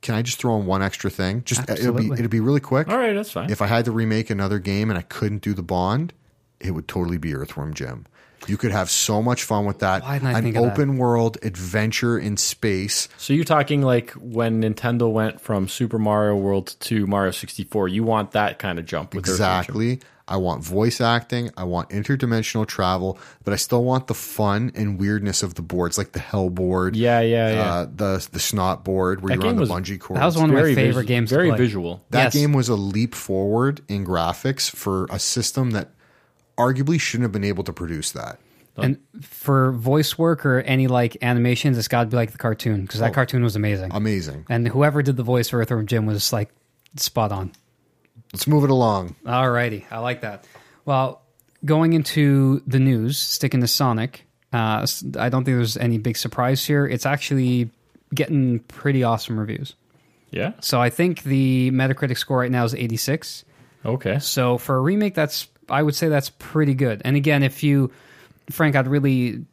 can I just throw in one extra thing? Just uh, it'll be Absolutely. it'll be really quick All right, that's fine. if I had to remake another game and I couldn't do the Bond, it would totally be Earthworm Jim. You could have so much fun with that. Why didn't I An think of that? open world adventure in space. So you're talking like when Nintendo went from Super Mario World to Mario 64. You want that kind of jump with their future. Exactly. I want voice acting. I want interdimensional travel, but I still want the fun and weirdness of the boards, like the Hell board. Yeah, yeah, yeah. Uh, the the snot board where That you're on game the was- bungee cord. That was one of my Very favorite visu- games. to Very play. visual. That Yes. game was a leap forward in graphics for a system that arguably shouldn't have been able to produce that. And for voice work or any like animations, it's got to be like the cartoon because Oh. that cartoon was amazing. Amazing. and whoever did the voice for Earthworm Jim was like spot on. Let's move it along. Alrighty, I like that. Well, going into the news, sticking to Sonic, uh, s- I don't think there's any big surprise here. It's actually getting pretty awesome reviews. Yeah. So I think the Metacritic score right now is 86. Okay. So for a remake, that's I would say that's pretty good. And again, if you, Frank, I'd really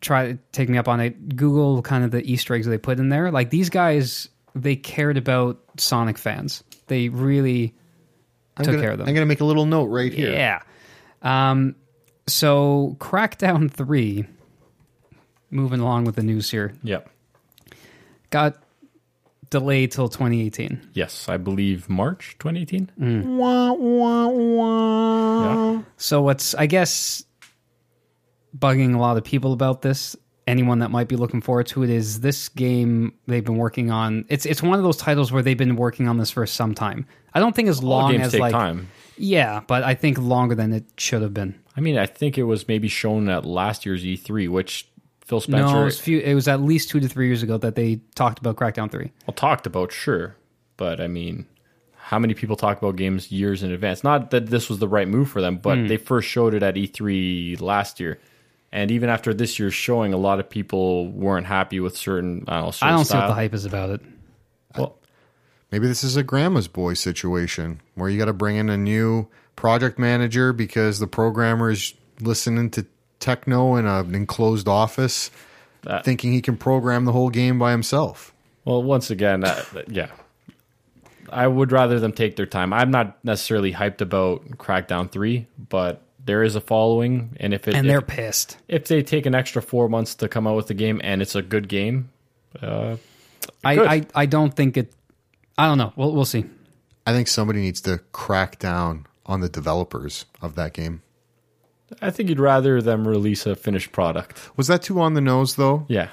try to take me up on it. Google kind of the Easter eggs they put in there. Like these guys, they cared about Sonic fans. They really I'm took gonna, care of them. I'm gonna make a little note right here. Yeah. Um, so Crackdown 3, moving along with the news here, Yep. got delayed till 2018. Yes, I believe March 2018. Mm. Wah, wah, wah. Yeah. So what's I guess bugging a lot of people about this, anyone that might be looking forward to it is this game they've been working on. It's it's one of those titles where they've been working on this for some time. I don't think as All long games as take like time. yeah, but I think longer than it should have been. I mean, I think it was maybe shown at last year's E3, which Phil Spencer No, it was, few, it was at least two to three years ago that they talked about Crackdown Three. well, talked about, sure. But I mean, how many people talk about games years in advance? Not that this was the right move for them, Mm. but they first showed it at E3 last year. And even after this year's showing, a lot of people weren't happy with certain. I don't know. Certain I don't see what style. the hype is about it. Well, Maybe this is a grandma's boy situation where you got to bring in a new project manager because the programmer is listening to techno in an enclosed office, thinking he can program the whole game by himself. Well, once again, uh, yeah. I would rather them take their time. I'm not necessarily hyped about Crackdown 3, but there is a following. And if it, And if, they're pissed. if they take an extra four months to come out with the game and it's a good game, I, Good. I, I don't think it. I don't know. We'll we'll see. I think somebody needs to crack down on the developers of that game. I think you'd rather them release a finished product. Was that too on the nose though? Yeah.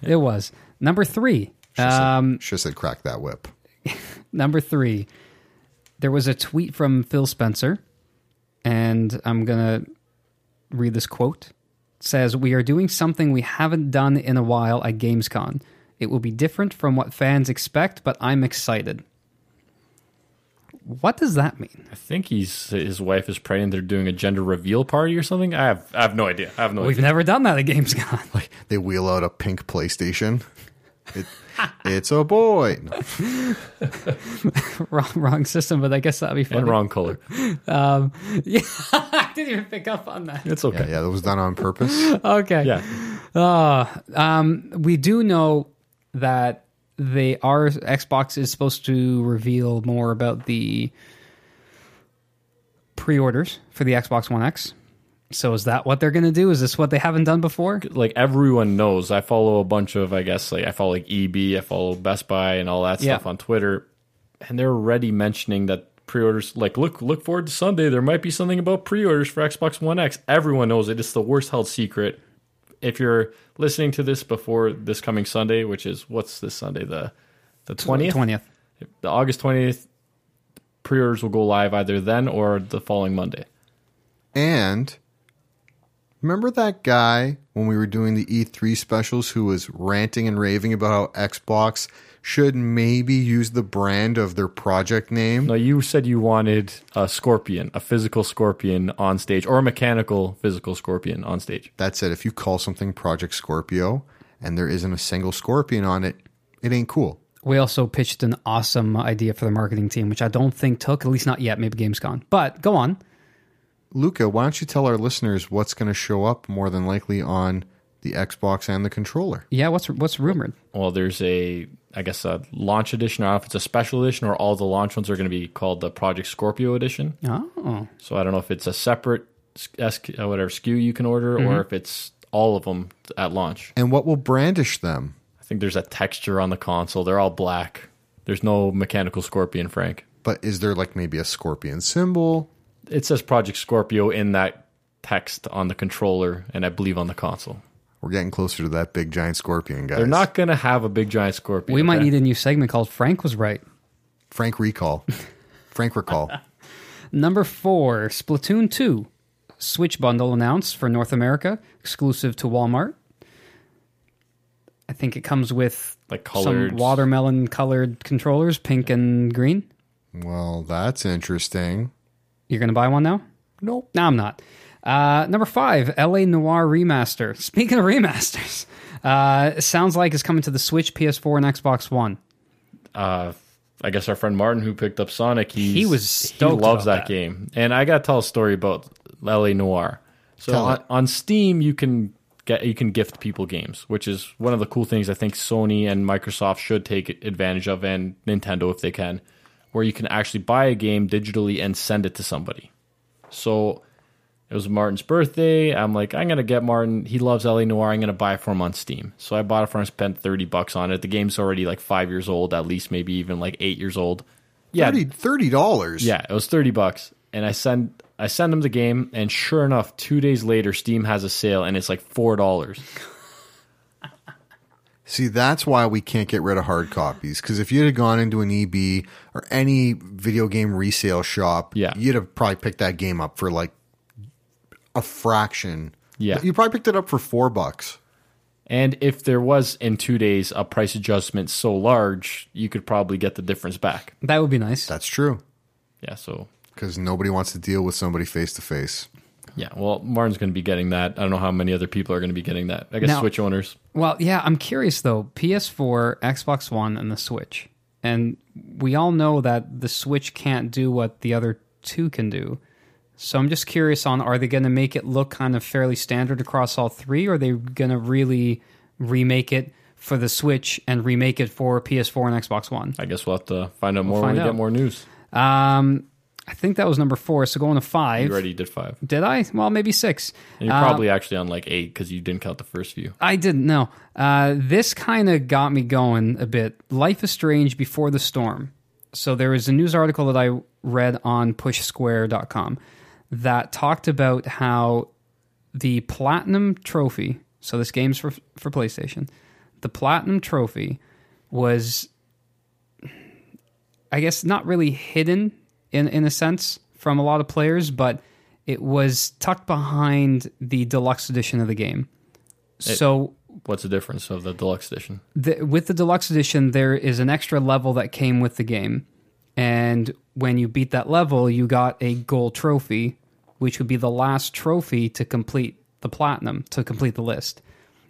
It was number three. Um, should have said crack that whip. Number three, there was a tweet from Phil Spencer, and I'm going to read this quote. It says, We are doing something we haven't done in a while at GamesCon. It will be different from what fans expect, but I'm excited. What does that mean? I think he's his wife is pregnant. They're doing a gender reveal party or something. I have I have no idea. I have no We've idea. never done that at GamesCon. Like, They wheel out a pink PlayStation. It, it's a boy. No. wrong, wrong system, but I guess that'd be funny. And wrong color. Yeah, I didn't even pick up on that. It's okay. Yeah, that was done on purpose. Okay. Yeah. we do know that they are Xbox is supposed to reveal more about the pre-orders for the Xbox One X. So is that what they're going to do? Is this what they haven't done before? like everyone knows i follow a bunch of i guess like i follow like eb i follow best buy and all that Yeah. stuff on twitter and they're already mentioning that pre-orders like look look forward to sunday there might be something about pre-orders for xbox one x everyone knows it it's the worst held secret if you're listening to this before this coming sunday which is what's this sunday the the 20th 20th. the august 20th pre-orders will go live either then or the following monday And remember that guy when we were doing the E3 specials who was ranting and raving about how Xbox should maybe use the brand of their project name? No, you said you wanted a scorpion, a physical scorpion on stage, or a mechanical physical scorpion on stage. That said, if you call something Project Scorpio and there isn't a single scorpion on it, it ain't cool. We also pitched an awesome idea for the marketing team, which I don't think took, at least not yet, maybe Gamescom. But go on. Luca, why don't you tell our listeners what's going to show up more than likely on the Xbox and the controller? Yeah, what's what's rumored? Well, there's a, I guess, a launch edition. I don't know if it's a special edition or all the launch ones are going to be called the Project Scorpio edition. Oh. So I don't know if it's a separate S- uh, whatever SKU you can order, or if it's all of them at launch. And what will brandish them? I think there's a texture on the console. They're all black. There's no mechanical scorpion, Frank. But is there like maybe a scorpion symbol? It says Project Scorpio in that text on the controller, and I believe on the console. We're getting closer to that big giant scorpion, guys. They're not gonna have a big giant scorpion. We might okay? need a new segment called Frank Was Right. Frank recall. Frank recall. Number four, Splatoon 2. Switch bundle announced for North America, exclusive to Walmart. I think it comes with like colored some watermelon colored controllers, pink and green. Well, that's interesting. You're going to buy one now? Nope. No, I'm not. Uh, number five, LA Noir Remaster. Speaking of remasters, uh, sounds like it's coming to the Switch, PS4, and Xbox One. uh, I guess our friend Martin, who picked up Sonic, he's, He was stoked he loves about that, that. game. And I got to tell a story about L.A. Noir. So Tell on, it. on Steam, you can get you can gift people games, which is one of the cool things I think Sony and Microsoft should take advantage of, and Nintendo if they can, where you can actually buy a game digitally and send it to somebody. So it was Martin's birthday. I'm like, I'm gonna get Martin. He loves LA Noir. I'm gonna buy it for him on Steam. So I bought it for him. Spent thirty bucks on it. The game's already like five years old, at least maybe even like eight years old. Yeah, Thirty thirty dollars. yeah, it was thirty bucks. And I send I send him the game, and sure enough, two days later, Steam has a sale, and it's like four dollars. See, that's why we can't get rid of hard copies. Because if you had gone into an EB or any video game resale shop, Yeah. you'd have probably picked that game up for like a fraction. Yeah. you probably picked it up for four bucks. And if there was in two days a price adjustment so large, you could probably get the difference back. That would be nice. That's true. Yeah. So Because nobody wants to deal with somebody face to face. yeah. Well, Martin's gonna be getting that. I don't know how many other people are gonna be getting that. I guess Now- Switch owners. Well, yeah, I'm curious though. PS4, Xbox One, and the Switch. And we all know that the Switch can't do what the other two can do. So I'm just curious on are they going to make it look kind of fairly standard across all three or are they going to really remake it for the Switch and remake it for PS4 and Xbox One? I guess we'll have to find out more when find we out. get more news. Um I think that was number 4, so going to 5. You already did five. Did I? Well, maybe 6. And you're probably actually on like eight because you didn't count the first few. I didn't know. Uh, this kind of got me going a bit. Life is Strange Before the Storm. So there was a news article that I read on pushsquare.com that talked about how the platinum trophy, so this game's for for PlayStation, the platinum trophy was I guess not really hidden in in a sense from a lot of players, but it was tucked behind the deluxe edition of the game. so What's the difference of the deluxe edition? the, with the deluxe edition, there is an extra level that came with the game, and when you beat that level, you got a gold trophy, which would be the last trophy to complete the platinum to complete the list.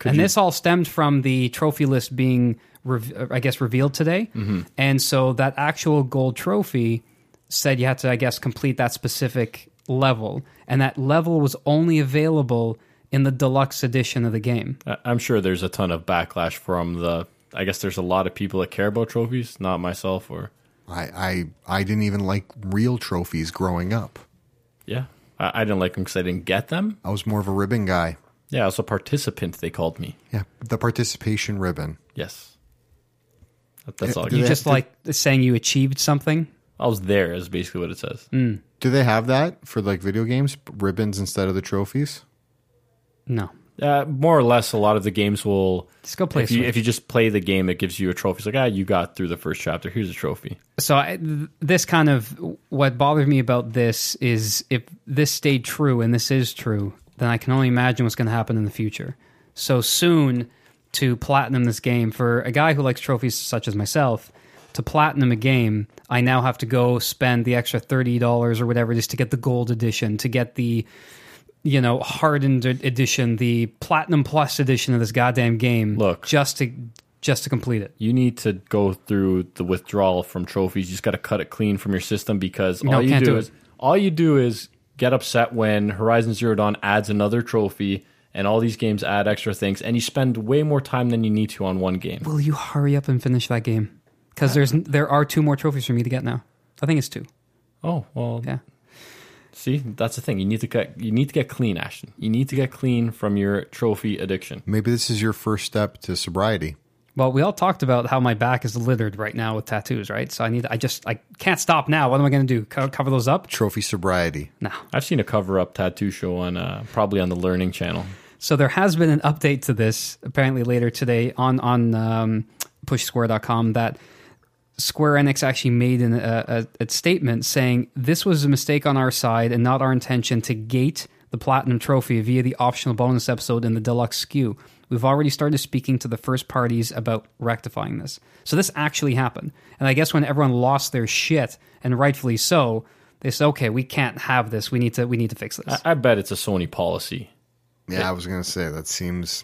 and this all stemmed from the trophy list being, rev- uh, I guess, revealed today, Mm-hmm. and so that actual gold trophy said you had to, I guess, complete that specific level, and that level was only available in the deluxe edition of the game. I- I'm sure there's a ton of backlash from the. I guess there's a lot of people that care about trophies, not myself or. I, I I didn't even like real trophies growing up. Yeah. I, I didn't like them because I didn't get them. I was more of a ribbon guy. Yeah, I was a participant, they called me. Yeah, the participation ribbon. Yes. That, that's all I do get. they- just like saying you achieved something. I was there, is basically what it says. Do they have that for like video games? Ribbons instead of the trophies? No, Uh, more or less, a lot of the games will. just go play. If you, Switch. if you just play the game, it gives you a trophy. It's like, ah, you got through the first chapter. Here's a trophy. so I, th- this kind of what bothered me about this is if this stayed true and this is true, then I can only imagine what's going to happen in the future. So soon to platinum this game for a guy who likes trophies such as myself to platinum a game i now have to go spend the extra $30 or whatever just to get the gold edition to get the you know, hardened ed- edition, the platinum plus edition of this goddamn game. Look. just to just to complete it. you need to go through the withdrawal from trophies. You just got to cut it clean from your system because No, all you can't do do it. is all you do is get upset when Horizon Zero Dawn adds another trophy and all these games add extra things and you spend way more time than you need to on one game. Will you hurry up and finish that game? Because there's there are two more trophies for me to get now. I think it's two. Oh, well, Yeah. See, that's the thing. You need to get you need to get clean, Ashton. You need to get clean from your trophy addiction. Maybe this is your first step to sobriety. Well, we all talked about how my back is littered right now with tattoos, right? So I need, I just, I can't stop now. What am I going to do? Co- cover those up? Trophy sobriety. No. I've seen a cover up tattoo show on uh, probably on the Learning Channel. So there has been an update to this apparently later today on on um, pushsquare.com that Square Enix actually made an, a, a, a statement saying this was a mistake on our side and not our intention to gate the platinum trophy via the optional bonus episode in the deluxe SKU. We've already started speaking to the first parties about rectifying this. So this actually happened. And I guess when everyone lost their shit and rightfully so, they said, "Okay, we can't have this. We need to we need to fix this." I, I bet it's a Sony policy. Yeah, I was gonna say that seems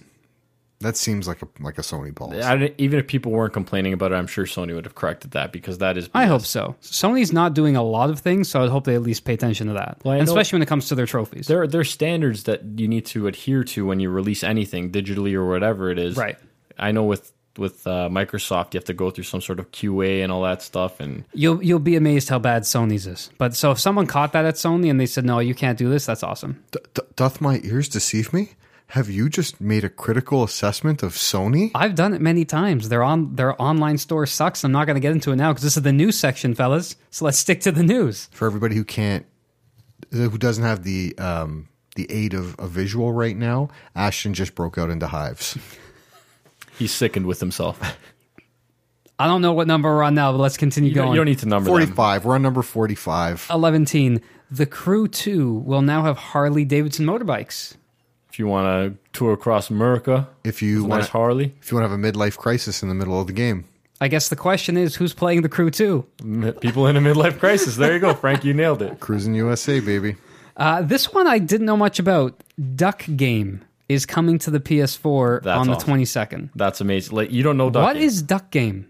that seems like a like a Sony policy. I didn't- even if people weren't complaining about it, I'm sure Sony would have corrected that because that is. I hope so. Sony's not doing a lot of things, so I hope they at least pay attention to that, I and know- especially when it comes to their trophies. there are, there are standards that you need to adhere to when you release anything digitally or whatever it is. Right. I know with with uh, Microsoft, you have to go through some sort of QA and all that stuff, and You'll you'll be amazed how bad Sony's is. But so if someone caught that at Sony and they said, "No, you can't do this," that's awesome. D- d- doth my ears deceive me? Have you just made a critical assessment of Sony? I've done it many times. Their on their online store sucks. I'm not going to get into it now because this is the news section, fellas. So let's stick to the news. For everybody who can't, uh, who doesn't have the um, the aid of a visual right now, Ashton just broke out into hives. he's sickened with himself. I don't know what number we're on now, but let's continue You going. don't, you don't need to number Forty them. Oh, five. We're on number forty five. 11 teen. The Crew 2 will now have Harley Davidson motorbikes. If you want to tour across America, If you with a nice want, Harley, if you want to have a midlife crisis in the middle of the game, I guess the question is who's playing The Crew 2? M- people in a midlife crisis. There you go, Frank. You nailed it. cruising USA, baby. Uh, this one I didn't know much about. Duck Game is coming to the PS4 That's on the awesome. 22nd. That's amazing. Like you don't know What ducking. is Duck Game?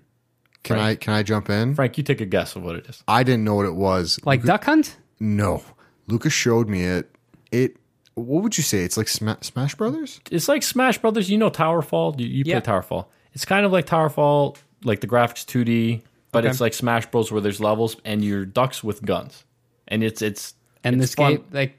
Can I can I jump in? Frank? You take a guess of what it is. I didn't know what it was. Like Duck Hunt? No, Lucas showed me it. It. What would you say? It's like Sma- Smash Brothers. It's like Smash Brothers. You know Towerfall. You, you Yeah. play Towerfall. It's kind of like Towerfall, like the graphics 2D, but Okay. it's like Smash Bros. where there's levels and you're ducks with guns, and it's it's And it's this fun. game, like,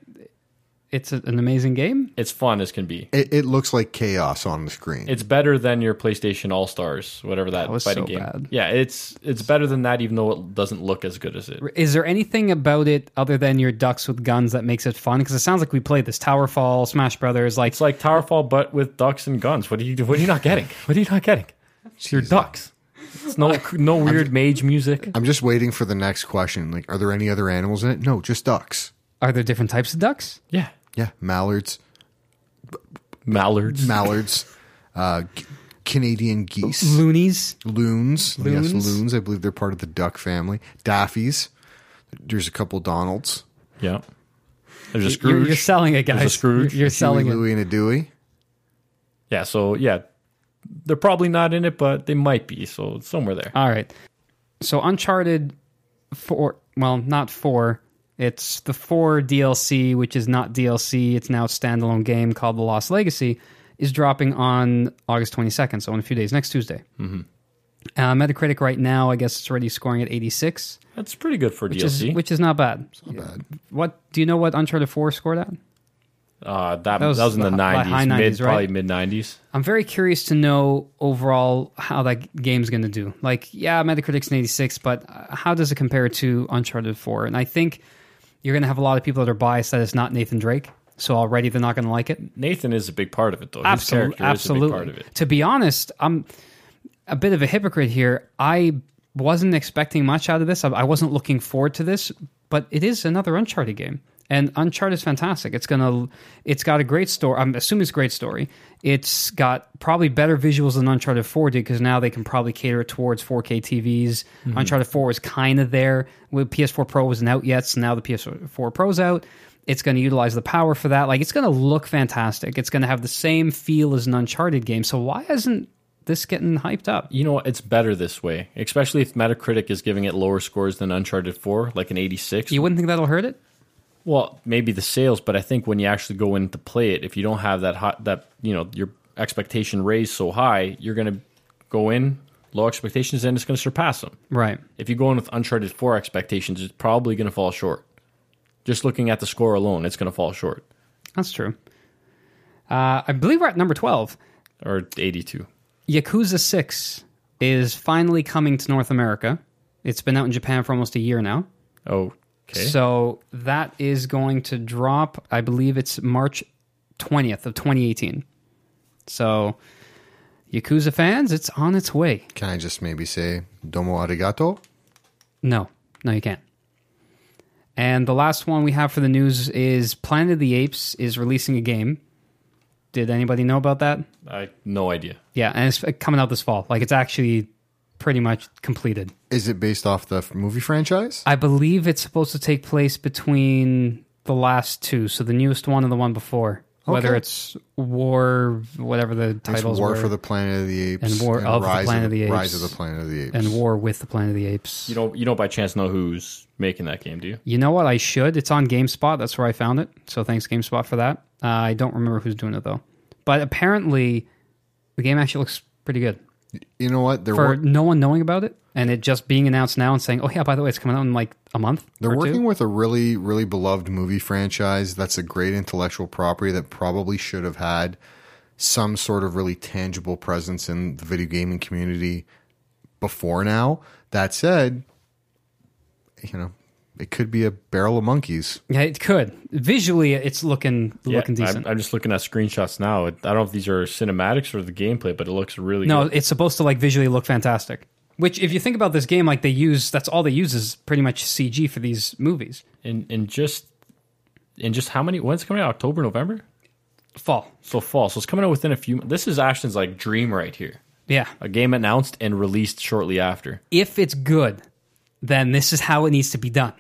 it's a- an amazing game. It's fun as can be. It, it looks like chaos on the screen. It's better than your PlayStation All Stars, whatever that, was fighting so game. bad. Yeah, it's it's better than that, even though it doesn't look as good as it. Is there anything about it other than your ducks with guns that makes it fun? Because it sounds like we played this Towerfall, Smash Brothers. Like, It's like Towerfall, but with ducks and guns. What are you What are you not getting? What are you not getting? It's your ducks. It's no no weird mage music. I'm just waiting for the next question. Like, are there any other animals in it? No, just ducks. are there different types of ducks? Yeah, Yeah, mallards, mallards. mallards, uh, c- Canadian geese, Loonies. loons. Yes, Loons? loons. I believe they're part of the duck family. Daffies. There's a couple Donalds. yeah, there's a Scrooge. You're, you're selling it, guys. Scrooge. You're, you're Huey, selling it. Louie, and a Dewey. yeah, so yeah, they're probably not in it, but they might be. So it's somewhere there. All right. So Uncharted 4, well, not 4. It's the 4 DLC, which is not DLC. It's now a standalone game called The Lost Legacy, is dropping on August 22nd. So in a few days, next Tuesday. Mm-hmm. Uh, Metacritic right now, I guess it's already scoring at 86, That's pretty good for which, DLC. Is, which is not bad. What Do you know what Uncharted 4 scored at? uh, that, was that was in the the hi- high 90s, nineties, mid right? probably mid nineties. I'm very curious to know overall how that game's going to do. Like, yeah, Metacritic's an 86, but uh, how does it compare to Uncharted 4? And I think you're going to have a lot of people that are biased that it's not Nathan Drake, so already they're not going to like it. Nathan is a big part of it, though. His Absol- character absolutely. is a big part of it. To be honest, I'm a bit of a hypocrite here. I wasn't expecting much out of this. I, I wasn't looking forward to this, but it is another Uncharted game, and Uncharted is fantastic. It's gonna, it's got a great story. I'm assuming it's a great story. It's got probably better visuals than Uncharted Four did because now they can probably cater it towards 4K TVs. Uncharted Four was kind of there. With PS4 Pro wasn't out yet, so now the PS4 Pro's out. It's going to utilize the power for that. Like it's going to look fantastic. It's going to have the same feel as an Uncharted game. So why isn't this getting hyped up? You know what? It's better this way, especially if Metacritic is giving it lower scores than Uncharted Four, like an eighty-six. You wouldn't think that'll hurt it? Well, maybe the sales, but I think when you actually go in to play it, if you don't have that hot, that you know your expectation raised so high, you're going to go in low expectations and it's going to surpass them. Right. If you go in with Uncharted Four expectations, it's probably going to fall short. just looking at the score alone, it's going to fall short That's true. Uh, I believe we're at number 12. or 82. Yakuza 6 is finally coming to North America. It's been out in Japan for almost a year now. Okay. So that is going to drop, I believe it's March 20th of 2018. So, Yakuza fans, it's on its way. Can I just maybe say domo arigato? No, no, you can't. And the last one we have for the news is Planet of the Apes is releasing a game. Did anybody know about that? I no idea. Yeah, and it's coming out this fall. Like it's actually pretty much completed. Is it based off the f- movie franchise? I believe it's supposed to take place between the last two, so the newest one and the one before. Whether Okay. it's War, whatever the It's titles War were, for the Planet of the Apes And War of the Rise Planet of the Rise of Apes. the Planet of the Apes. and War with the Planet of the Apes. You don't you don't by chance know who's making that game, do you? You know what? I should. It's on GameSpot. That's where I found it. So thanks GameSpot for that. Uh, I don't remember who's doing it though. But apparently, the game actually looks pretty good you know what? They're, for wor- no one knowing about it and it just being announced now and saying, "Oh yeah, by the way, it's coming out in like a month." they're or working Two. with a really, really beloved movie franchise that's a great intellectual property that probably should have had some sort of really tangible presence in the video gaming community before now. That said, you know, it could be a barrel of monkeys. Yeah, it could. Visually, it's looking looking I'm- decent. I'm, just looking at screenshots now. I don't know if these are cinematics or the gameplay, but it looks really no, good. it's supposed to like visually look fantastic. Which, if you think about this game, like they use that's all they use is pretty much CG for these movies. And and just and just how many when's it coming out? October, November? Fall, So fall. So it's coming out within a few this is Ashton's like dream right here. yeah. A game announced and released shortly after. If it's good, then this is how it needs to be done.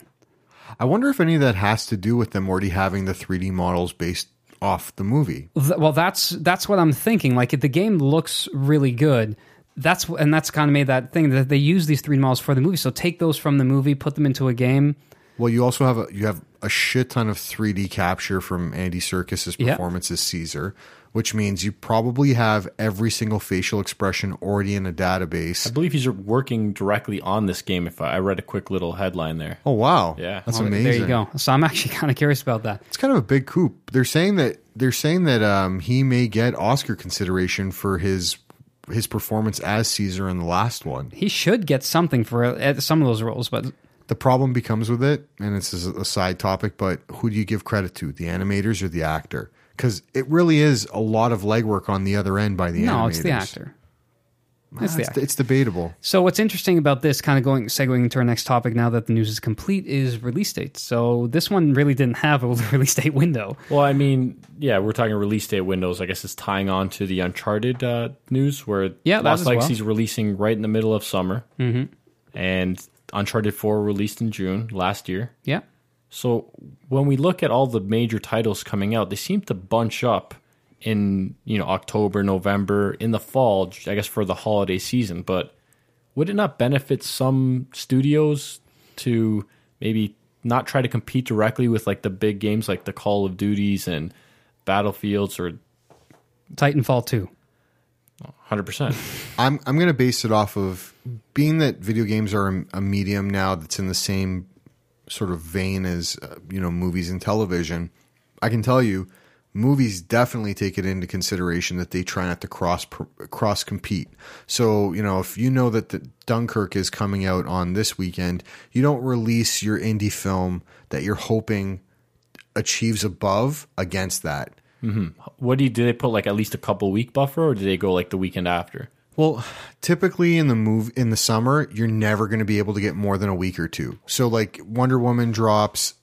I wonder if any of that has to do with them already having the 3D models based off the movie. Th- well that's that's what i'm thinking like if the game looks really good that's wh- and that's kind of made that thing that they use these three models for the movie so take those from the movie put them into a game Well, you also have a you have a shit ton of 3D capture from Andy Serkis's Yeah. performance as Caesar, which means you probably have every single facial expression already in a database. I believe he's working directly on this game if I, I read a quick little headline there. Oh wow, Yeah. that's Well, amazing. there you go so i'm actually kind of curious about that It's kind of a big coup. They're saying that they're saying that um, he may get Oscar consideration for his his performance as Caesar in the last one. he should get something for uh, at some of those roles but The problem becomes with it, and it's a a side topic, but who do you give credit to, the animators or the actor? Because it really is a lot of legwork on the other end by the no animators. it's the actor it's the It's, actor it's debatable. so what's interesting about this kind of going segueing into our next topic now that the news is complete is release dates so this one really didn't have a release date window Well, I mean, yeah, we're talking release date windows. I guess it's tying on to the Uncharted uh, news where Yeah, that Lost as well. Legacy's releasing right in the middle of summer, mm-hmm. and Uncharted Four released in June last year. yeah So when we look at all the major titles coming out, they seem to bunch up in you know October, November, in the fall. I guess for the holiday season, but would it not benefit some studios to maybe not try to compete directly with like the big games like the Call of Duties and Battlefields or titanfall 2 100 percent? I'm I'm going to base it off of being that video games are a, a medium now that's in the same sort of vein as uh, you know movies and television. I can tell you, movies definitely take it into consideration that they try not to cross cross compete. So you know if you know that the Dunkirk is coming out on this weekend, you don't release your indie film that you're hoping achieves above against that. What do you do? They put like at least a couple week buffer, or do they go like the weekend after? Well, typically in the move in the summer, you're never going to be able to get more than a week or two. So like Wonder Woman drops,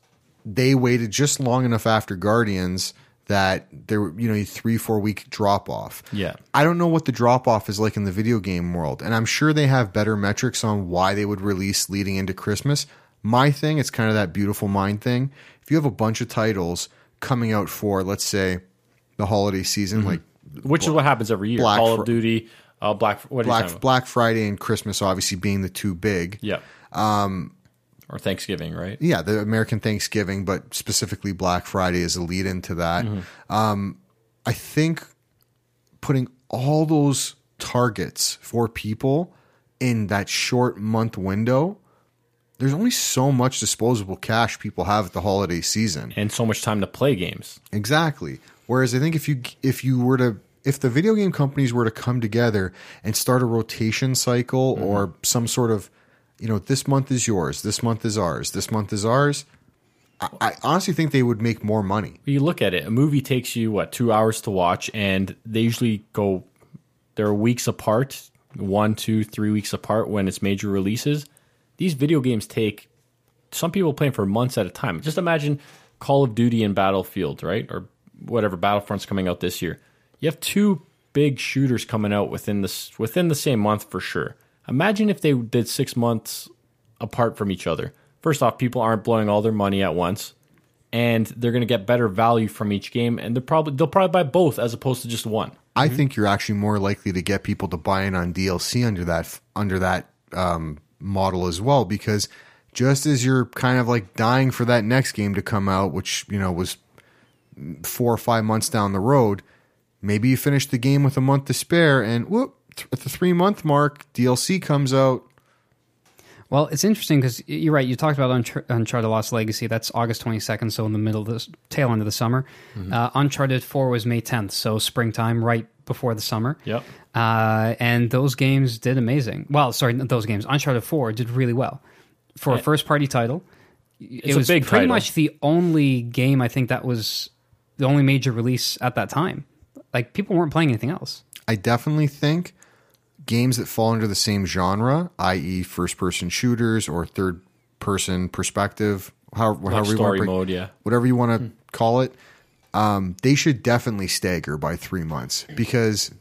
they waited just long enough after Guardians that there were, you know, a 3 4 week drop off. Yeah. I don't know what the drop off is like in the video game world, and I'm sure they have better metrics on why they would release leading into Christmas. My thing, it's kind of that beautiful mind thing. If you have a bunch of titles coming out for let's say the holiday season like Which is what happens every year. Black Call Fr- of Duty, uh, Black. What are you talking Black about? Black Friday and Christmas obviously being the two big. Yeah. Um, or Thanksgiving, right? Yeah, the American Thanksgiving, but specifically Black Friday is a lead into that. Um, I think putting all those targets for people in that short month window there's only so much disposable cash people have at the holiday season. and so much time to play games. Exactly. Whereas I think if you if you were to if the video game companies were to come together and start a rotation cycle or some sort of you know this month is yours, this month is ours, this month is ours, I, I honestly think they would make more money. But you look at it, a movie takes you what two hours to watch, and they usually go they're weeks apart, one, two, three weeks apart when it's major releases. These video games take some people playing for months at a time. Just imagine Call of Duty and Battlefield, right, or whatever Battlefront's coming out this year. You have two big shooters coming out within this within the same month for sure. Imagine if they did six months apart from each other. First off, people aren't blowing all their money at once, and they're going to get better value from each game, and they're probably they'll probably buy both as opposed to just one. I think you're actually more likely to get people to buy in on DLC under that under that um, model as well because just as you're kind of like dying for that next game to come out, which you know was four or five months down the road, maybe you finish the game with a month to spare, and whoop, th- at the three month mark, DLC comes out. Well, it's interesting because you're right. You talked about Unch- Uncharted Lost Legacy. That's August 22nd, so in the middle of the s- tail end of the summer. Mm-hmm. Uh, Uncharted 4 was May 10th, so springtime, right before the summer. Yep. Uh, and those games did amazing. Well, sorry, not those games. Uncharted 4 did really well for a first party title. It Eh. a was big pretty title. much the only game I think that was the only major release at that time. Like, people weren't playing anything else. I definitely think games that fall under the same genre, i.e., first person shooters or third person perspective, how, however you want story to break, mode, yeah. whatever you want to call it, um, they should definitely stagger by three months because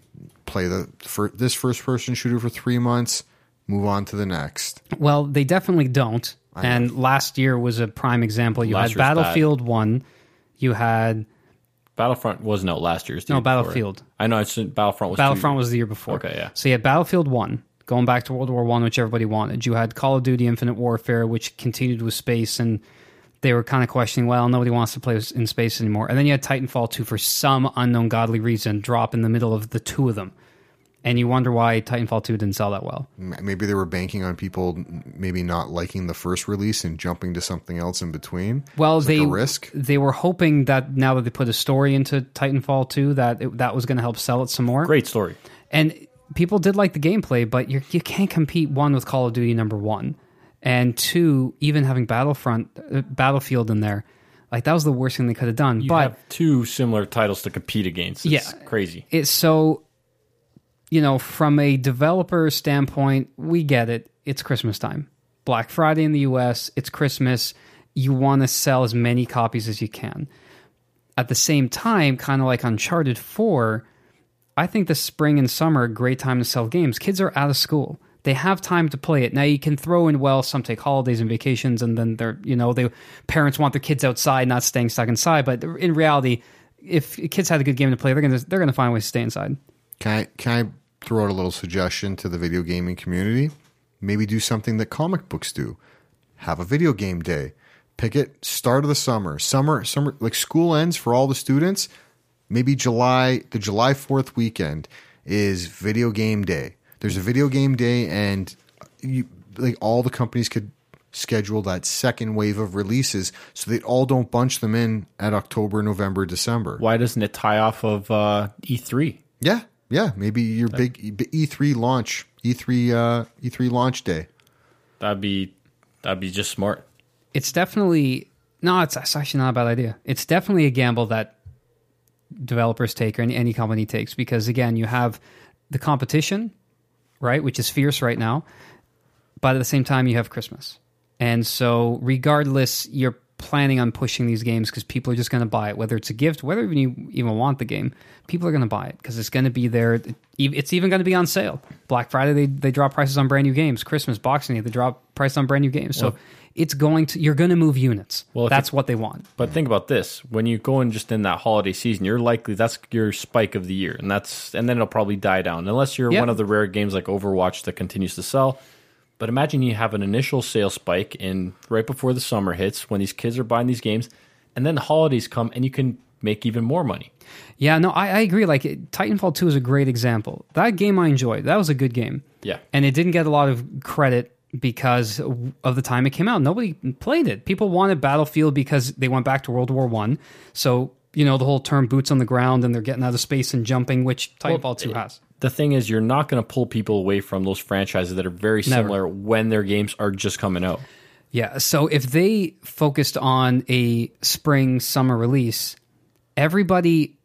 play the for this first person shooter for three months, move on to the next. Well, they definitely don't. And last year was a prime example. You Last had year's bad. Battlefield 1, you had Battlefront wasn't out last year's. No, Battlefield. I know it's Battlefront was two- Battlefront was the year before. Okay, yeah. So you had Battlefield 1, going back to World War 1, which everybody wanted. You had Call of Duty Infinite Warfare, which continued with space and they were kind of questioning, well, nobody wants to play s- in space anymore. And then you had Titanfall 2 for some unknown godly reason drop in the middle of the two of them. And you wonder why Titanfall 2 didn't sell that well. M- Maybe they were banking on people n- maybe not liking the first release and jumping to something else in between. Well, It's like they a risk. they were hoping that now that they put a story into Titanfall 2 that it, that was going to help sell it some more. Great story. And people did like the gameplay, but you you can't compete one with Call of Duty number 1 and two even having Battlefront uh, Battlefield in there. Like that was the worst thing they could have done. You but have two similar titles to compete against. It's Yeah. crazy. it's so you know from a developer standpoint we get it it's christmas time black friday in the us it's christmas you want to sell as many copies as you can at the same time kind of like uncharted 4 i think the spring and summer are a great time to sell games kids are out of school they have time to play it now you can throw in well some take holidays and vacations and then they're you know they parents want their kids outside not staying stuck inside but in reality if kids had a good game to play, they're gonna they're gonna find ways to stay inside. Can I can I throw out a little suggestion to the video gaming community? Maybe do something that comic books do. Have a video game day. Pick it start of the summer. Summer summer like school ends for all the students. Maybe July the July 4th weekend is video game day. There's a video game day and you, like all the companies could schedule that second wave of releases so they all don't bunch them in at October, November, December. Why doesn't it tie off of uh, E3? Yeah, yeah. Maybe your big E three launch, E three uh, E three launch day. That'd be that'd be just smart. It's definitely no, it's, it's actually not a bad idea. It's definitely a gamble that developers take or any, any company takes because again, you have the competition, right, which is fierce right now, but at the same time, you have Christmas, and so regardless, you're planning on pushing these games because people are just going to buy it, whether it's a gift, whether even you even want the game. People are going to buy it because it's going to be there. It's even going to be on sale. Black Friday, they they drop prices on brand new games. Christmas, Boxing Day, they drop price on brand new games. So it's going to you're going to move units. Well, if that's what they want. But think about this: when you go in just in that holiday season, you're likely that's your spike of the year, and that's and then it'll probably die down unless you're Yeah. one of the rare games like Overwatch that continues to sell. But imagine you have an initial sales spike in right before the summer hits when these kids are buying these games, and then the holidays come and you can make even more money. Yeah, no, I, I agree. Like it- Titanfall Two is a great example. That game I enjoyed. That was a good game. Yeah. and it didn't get a lot of credit because of the time it came out. Nobody played it. People wanted Battlefield because they went back to World War One. So you know the whole term "boots on the ground" and they're getting out of space and jumping, which Titanfall Two has. The thing is, you're not going to pull people away from those franchises that are very similar when their games are just coming out. Yeah. So if they focused on a spring summer release, everybody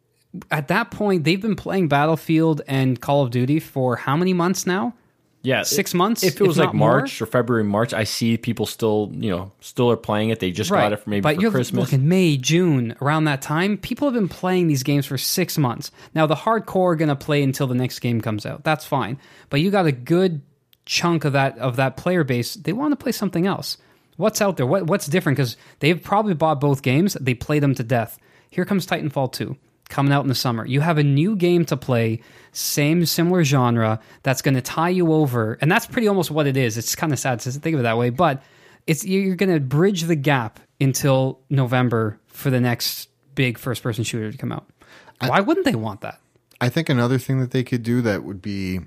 at that point they've been playing Battlefield and Call of Duty for how many months now? Yeah, Six months, If it if was like not more. March or February, March, I see people still, you know, still are playing it. They just got it for maybe but for you're Christmas. looking May, June, around that time. People have been playing these games for six months. Now the hardcore are going to play until the next game comes out. That's fine. But you got a good chunk of that of that player base. They want to play something else. What's out there? What what's different? Because they've probably bought both games. They played them to death. Here comes Titanfall two coming out in the summer. You have a new game to play, same similar genre that's going to tie you over, and that's pretty almost what it is. It's kind of sad to think of it that way, but it's you're going to bridge the gap until November for the next big first person shooter to come out. Why wouldn't they want that? I think another thing that they could do that would be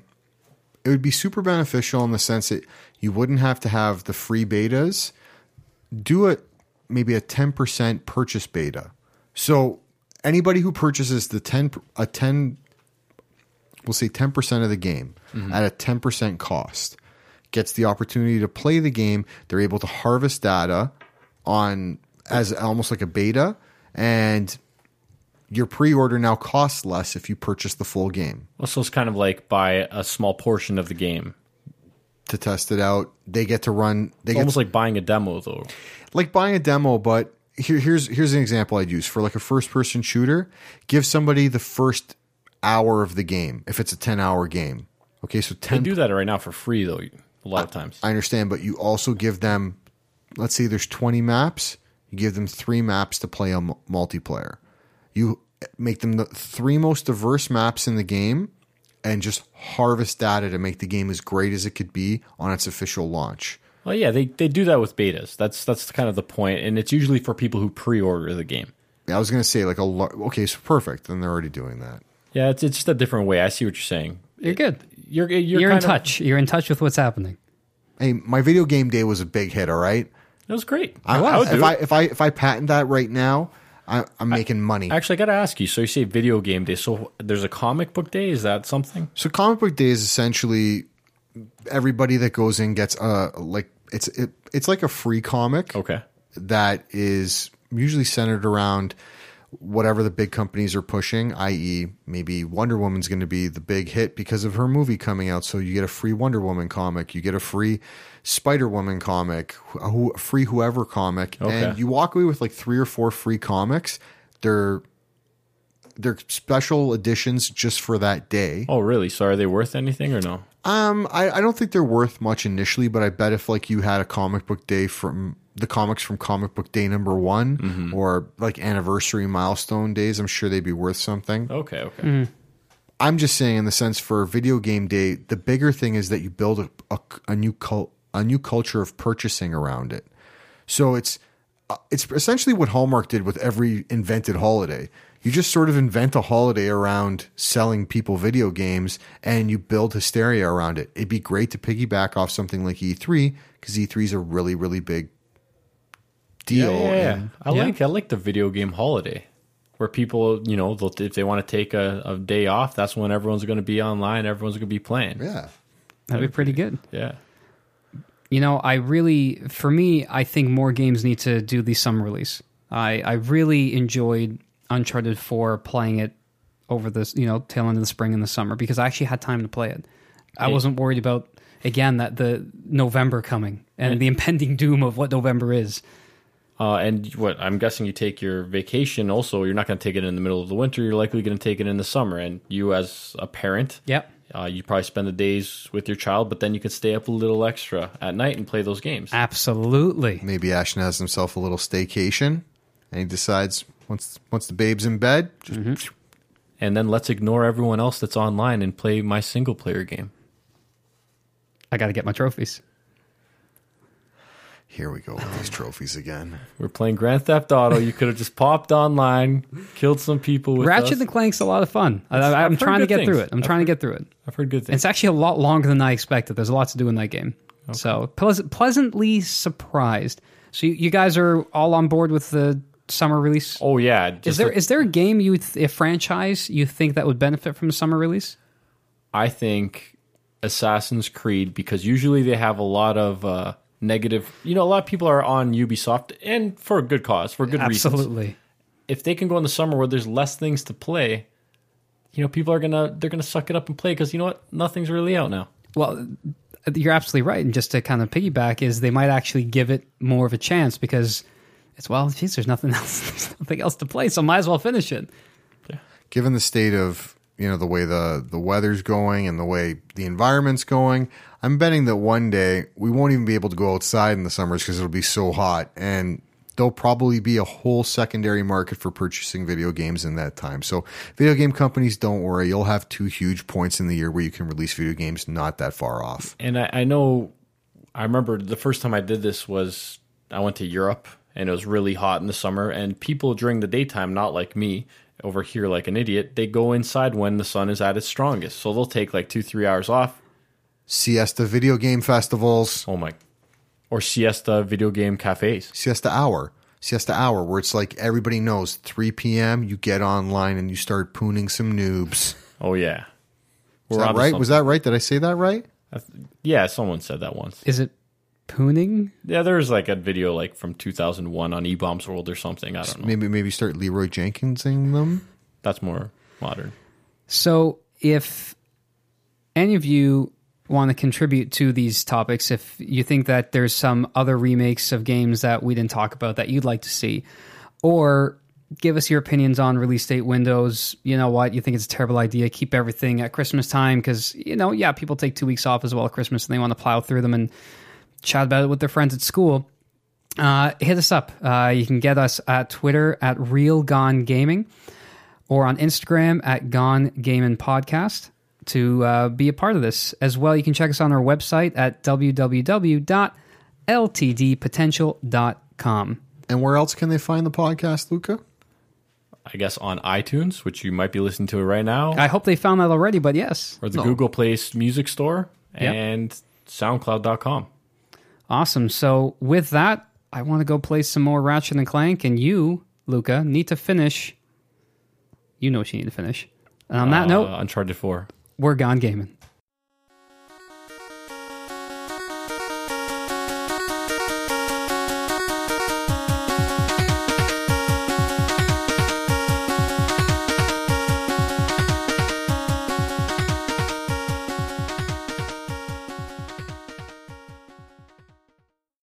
it would be super beneficial in the sense that you wouldn't have to have the free betas. Do it maybe a 10% purchase beta. So anybody who purchases the 10 a 10 we'll say 10% of the game at a 10% cost gets the opportunity to play the game. They're able to harvest data on as almost like a beta and your pre-order now costs less if you purchase the full game Also, it's kind of like buy a small portion of the game, to test it out. They get to run. They get almost like buying a demo, though. like buying a demo, but here, here's here's an example I'd use for like a first person shooter. Give somebody the first hour of the game if it's a ten hour game. Okay, so They ten. do that right now for free, though. A lot of times, I understand, but you also give them. Let's say there's twenty maps. You give them three maps to play on m- multiplayer. You make them the three most diverse maps in the game, and just harvest data to make the game as great as it could be on its official launch. well, yeah, they they do that with betas. That's that's kind of the point, and it's usually for people who pre-order the game. I was gonna say like a lar- okay, so perfect. Then they're already doing that. Yeah, it's it's just a different way. I see what you're saying. You're good. You're you're, You're, in kind of- touch. You're in touch with what's happening. Hey, my video game day was a big hit. All right, That was great. I, I would if do I it. if I if I patent that right now, I, I'm making money. Actually, I got to ask you. So you say video game day. So there's a comic book day. Is that something? so comic book day is essentially everybody that goes in gets uh like it's it, it's like a free comic Okay. that is usually centered around whatever the big companies are pushing, i.e., maybe Wonder Woman's going to be the big hit because of her movie coming out. So you get a free Wonder Woman comic, you get a free Spider Woman comic, a who- free whoever comic, and you walk away with like three or four free comics. They're they're special editions just for that day. Oh, really? So are they worth anything or no? Um, I, I don't think they're worth much initially, but I bet if like you had a comic book day from the comics from comic book day number one or like anniversary milestone days, I'm sure they'd be worth something. Okay. Okay. I'm just saying in the sense for video game day, the bigger thing is that you build a, a, a new cult, a new culture of purchasing around it. So it's uh, it's essentially what Hallmark did with every invented holiday. You just sort of invent a holiday around selling people video games and you build hysteria around it. It'd be great to piggyback off something like E E3 because E3 is a really really big deal. Yeah, yeah, and- I like I like the video game holiday where people, you know, they'll, if they want to take a, a day off, that's when everyone's going to be online. Everyone's going to be playing. yeah. That'd be pretty good. Yeah. You know, I really, for me, I think more games need to do the summer release. I, I really enjoyed Uncharted 4 playing it over this, you know, tail end of the spring and the summer because I actually had time to play it. I wasn't worried about, again, that the November coming and the impending doom of what November is. Uh, and what I'm guessing you take your vacation also, you're not going to take it in the middle of the winter. You're likely going to take it in the summer. And you, as a parent, Yep. uh, you probably spend the days with your child, but then you can stay up a little extra at night and play those games. Absolutely. Maybe Ashton has himself a little staycation, and he decides once once the babe's in bed, just And then let's ignore everyone else that's online and play my single player game. I got to get my trophies. here we go with these trophies again. We're playing Grand Theft Auto. You could have just popped online, killed some people with Ratchet us. and Clank's a lot of fun. I, I, I'm heard trying to good get through things. it. I'm trying to get through it. I've heard good things. It's actually a lot longer than I expected. There's a lot to do in that game. So pleas- pleasantly surprised. So you, you guys are all on board with the summer release. Oh yeah, is just there the- is there a game you th- a franchise you think that would benefit from a summer release? I think Assassin's Creed because usually they have a lot of uh, negative. You know, a lot of people are on Ubisoft and for a good cause, for good reasons. Absolutely. If they can go in the summer where there's less things to play, you know, people are gonna they're gonna suck it up and play because you know what, nothing's really out now. Well, you're absolutely right. And just to kind of piggyback, is they might actually give it more of a chance because it's well, geez, there's nothing else, there's nothing else to play, so might as well finish it. given the state of you know the way the the weather's going and the way the environment's going i'm betting that one day we won't even be able to go outside in the summers because it'll be so hot and there'll probably be a whole secondary market for purchasing video games in that time so video game companies don't worry you'll have two huge points in the year where you can release video games not that far off And I, I know, I remember the first time I did this was I went to Europe and it was really hot in the summer. And people during the daytime, not like me over here like an idiot, they go inside when the sun is at its strongest. So they'll take like two, three hours off. siesta video game festivals Oh my. Or siesta video game cafes. siesta hour siesta hour where it's like everybody knows 3 p.m you get online and you start pooning some noobs Oh, yeah. Is that onto right? Was that right? Did I say that right? something. Yeah, someone said that once. Is it pooning? Yeah, there was like a video like from 2001 on E-Bombs World or something. I don't know. Maybe maybe start Leroy Jenkinsing them. That's more modern. So, if any of you want to contribute to these topics, if you think that there's some other remakes of games that we didn't talk about that you'd like to see, or give us your opinions on release date windows, you know what, you think it's a terrible idea, keep everything at Christmas time because, you know, yeah, people take two weeks off as well at Christmas and they want to plow through them and chat about it with their friends at school. Uh, hit us up. Uh, you can get us at Twitter at Real Gone Gaming or on Instagram at Gone Gaming Podcast to uh, be a part of this. As well, you can check us on our website at www.ltdpotential.com. And where else can they find the podcast, Luca? I guess on iTunes, which you might be listening to right now. I hope they found that already, but yes. or the Google Play Music Store Yep. and SoundCloud.com. Awesome. So, with that, I want to go play some more Ratchet and Clank, and you, Luca, need to finish. You know what you need to finish. And on that Uh, note, Uncharted 4. we're gone gaming.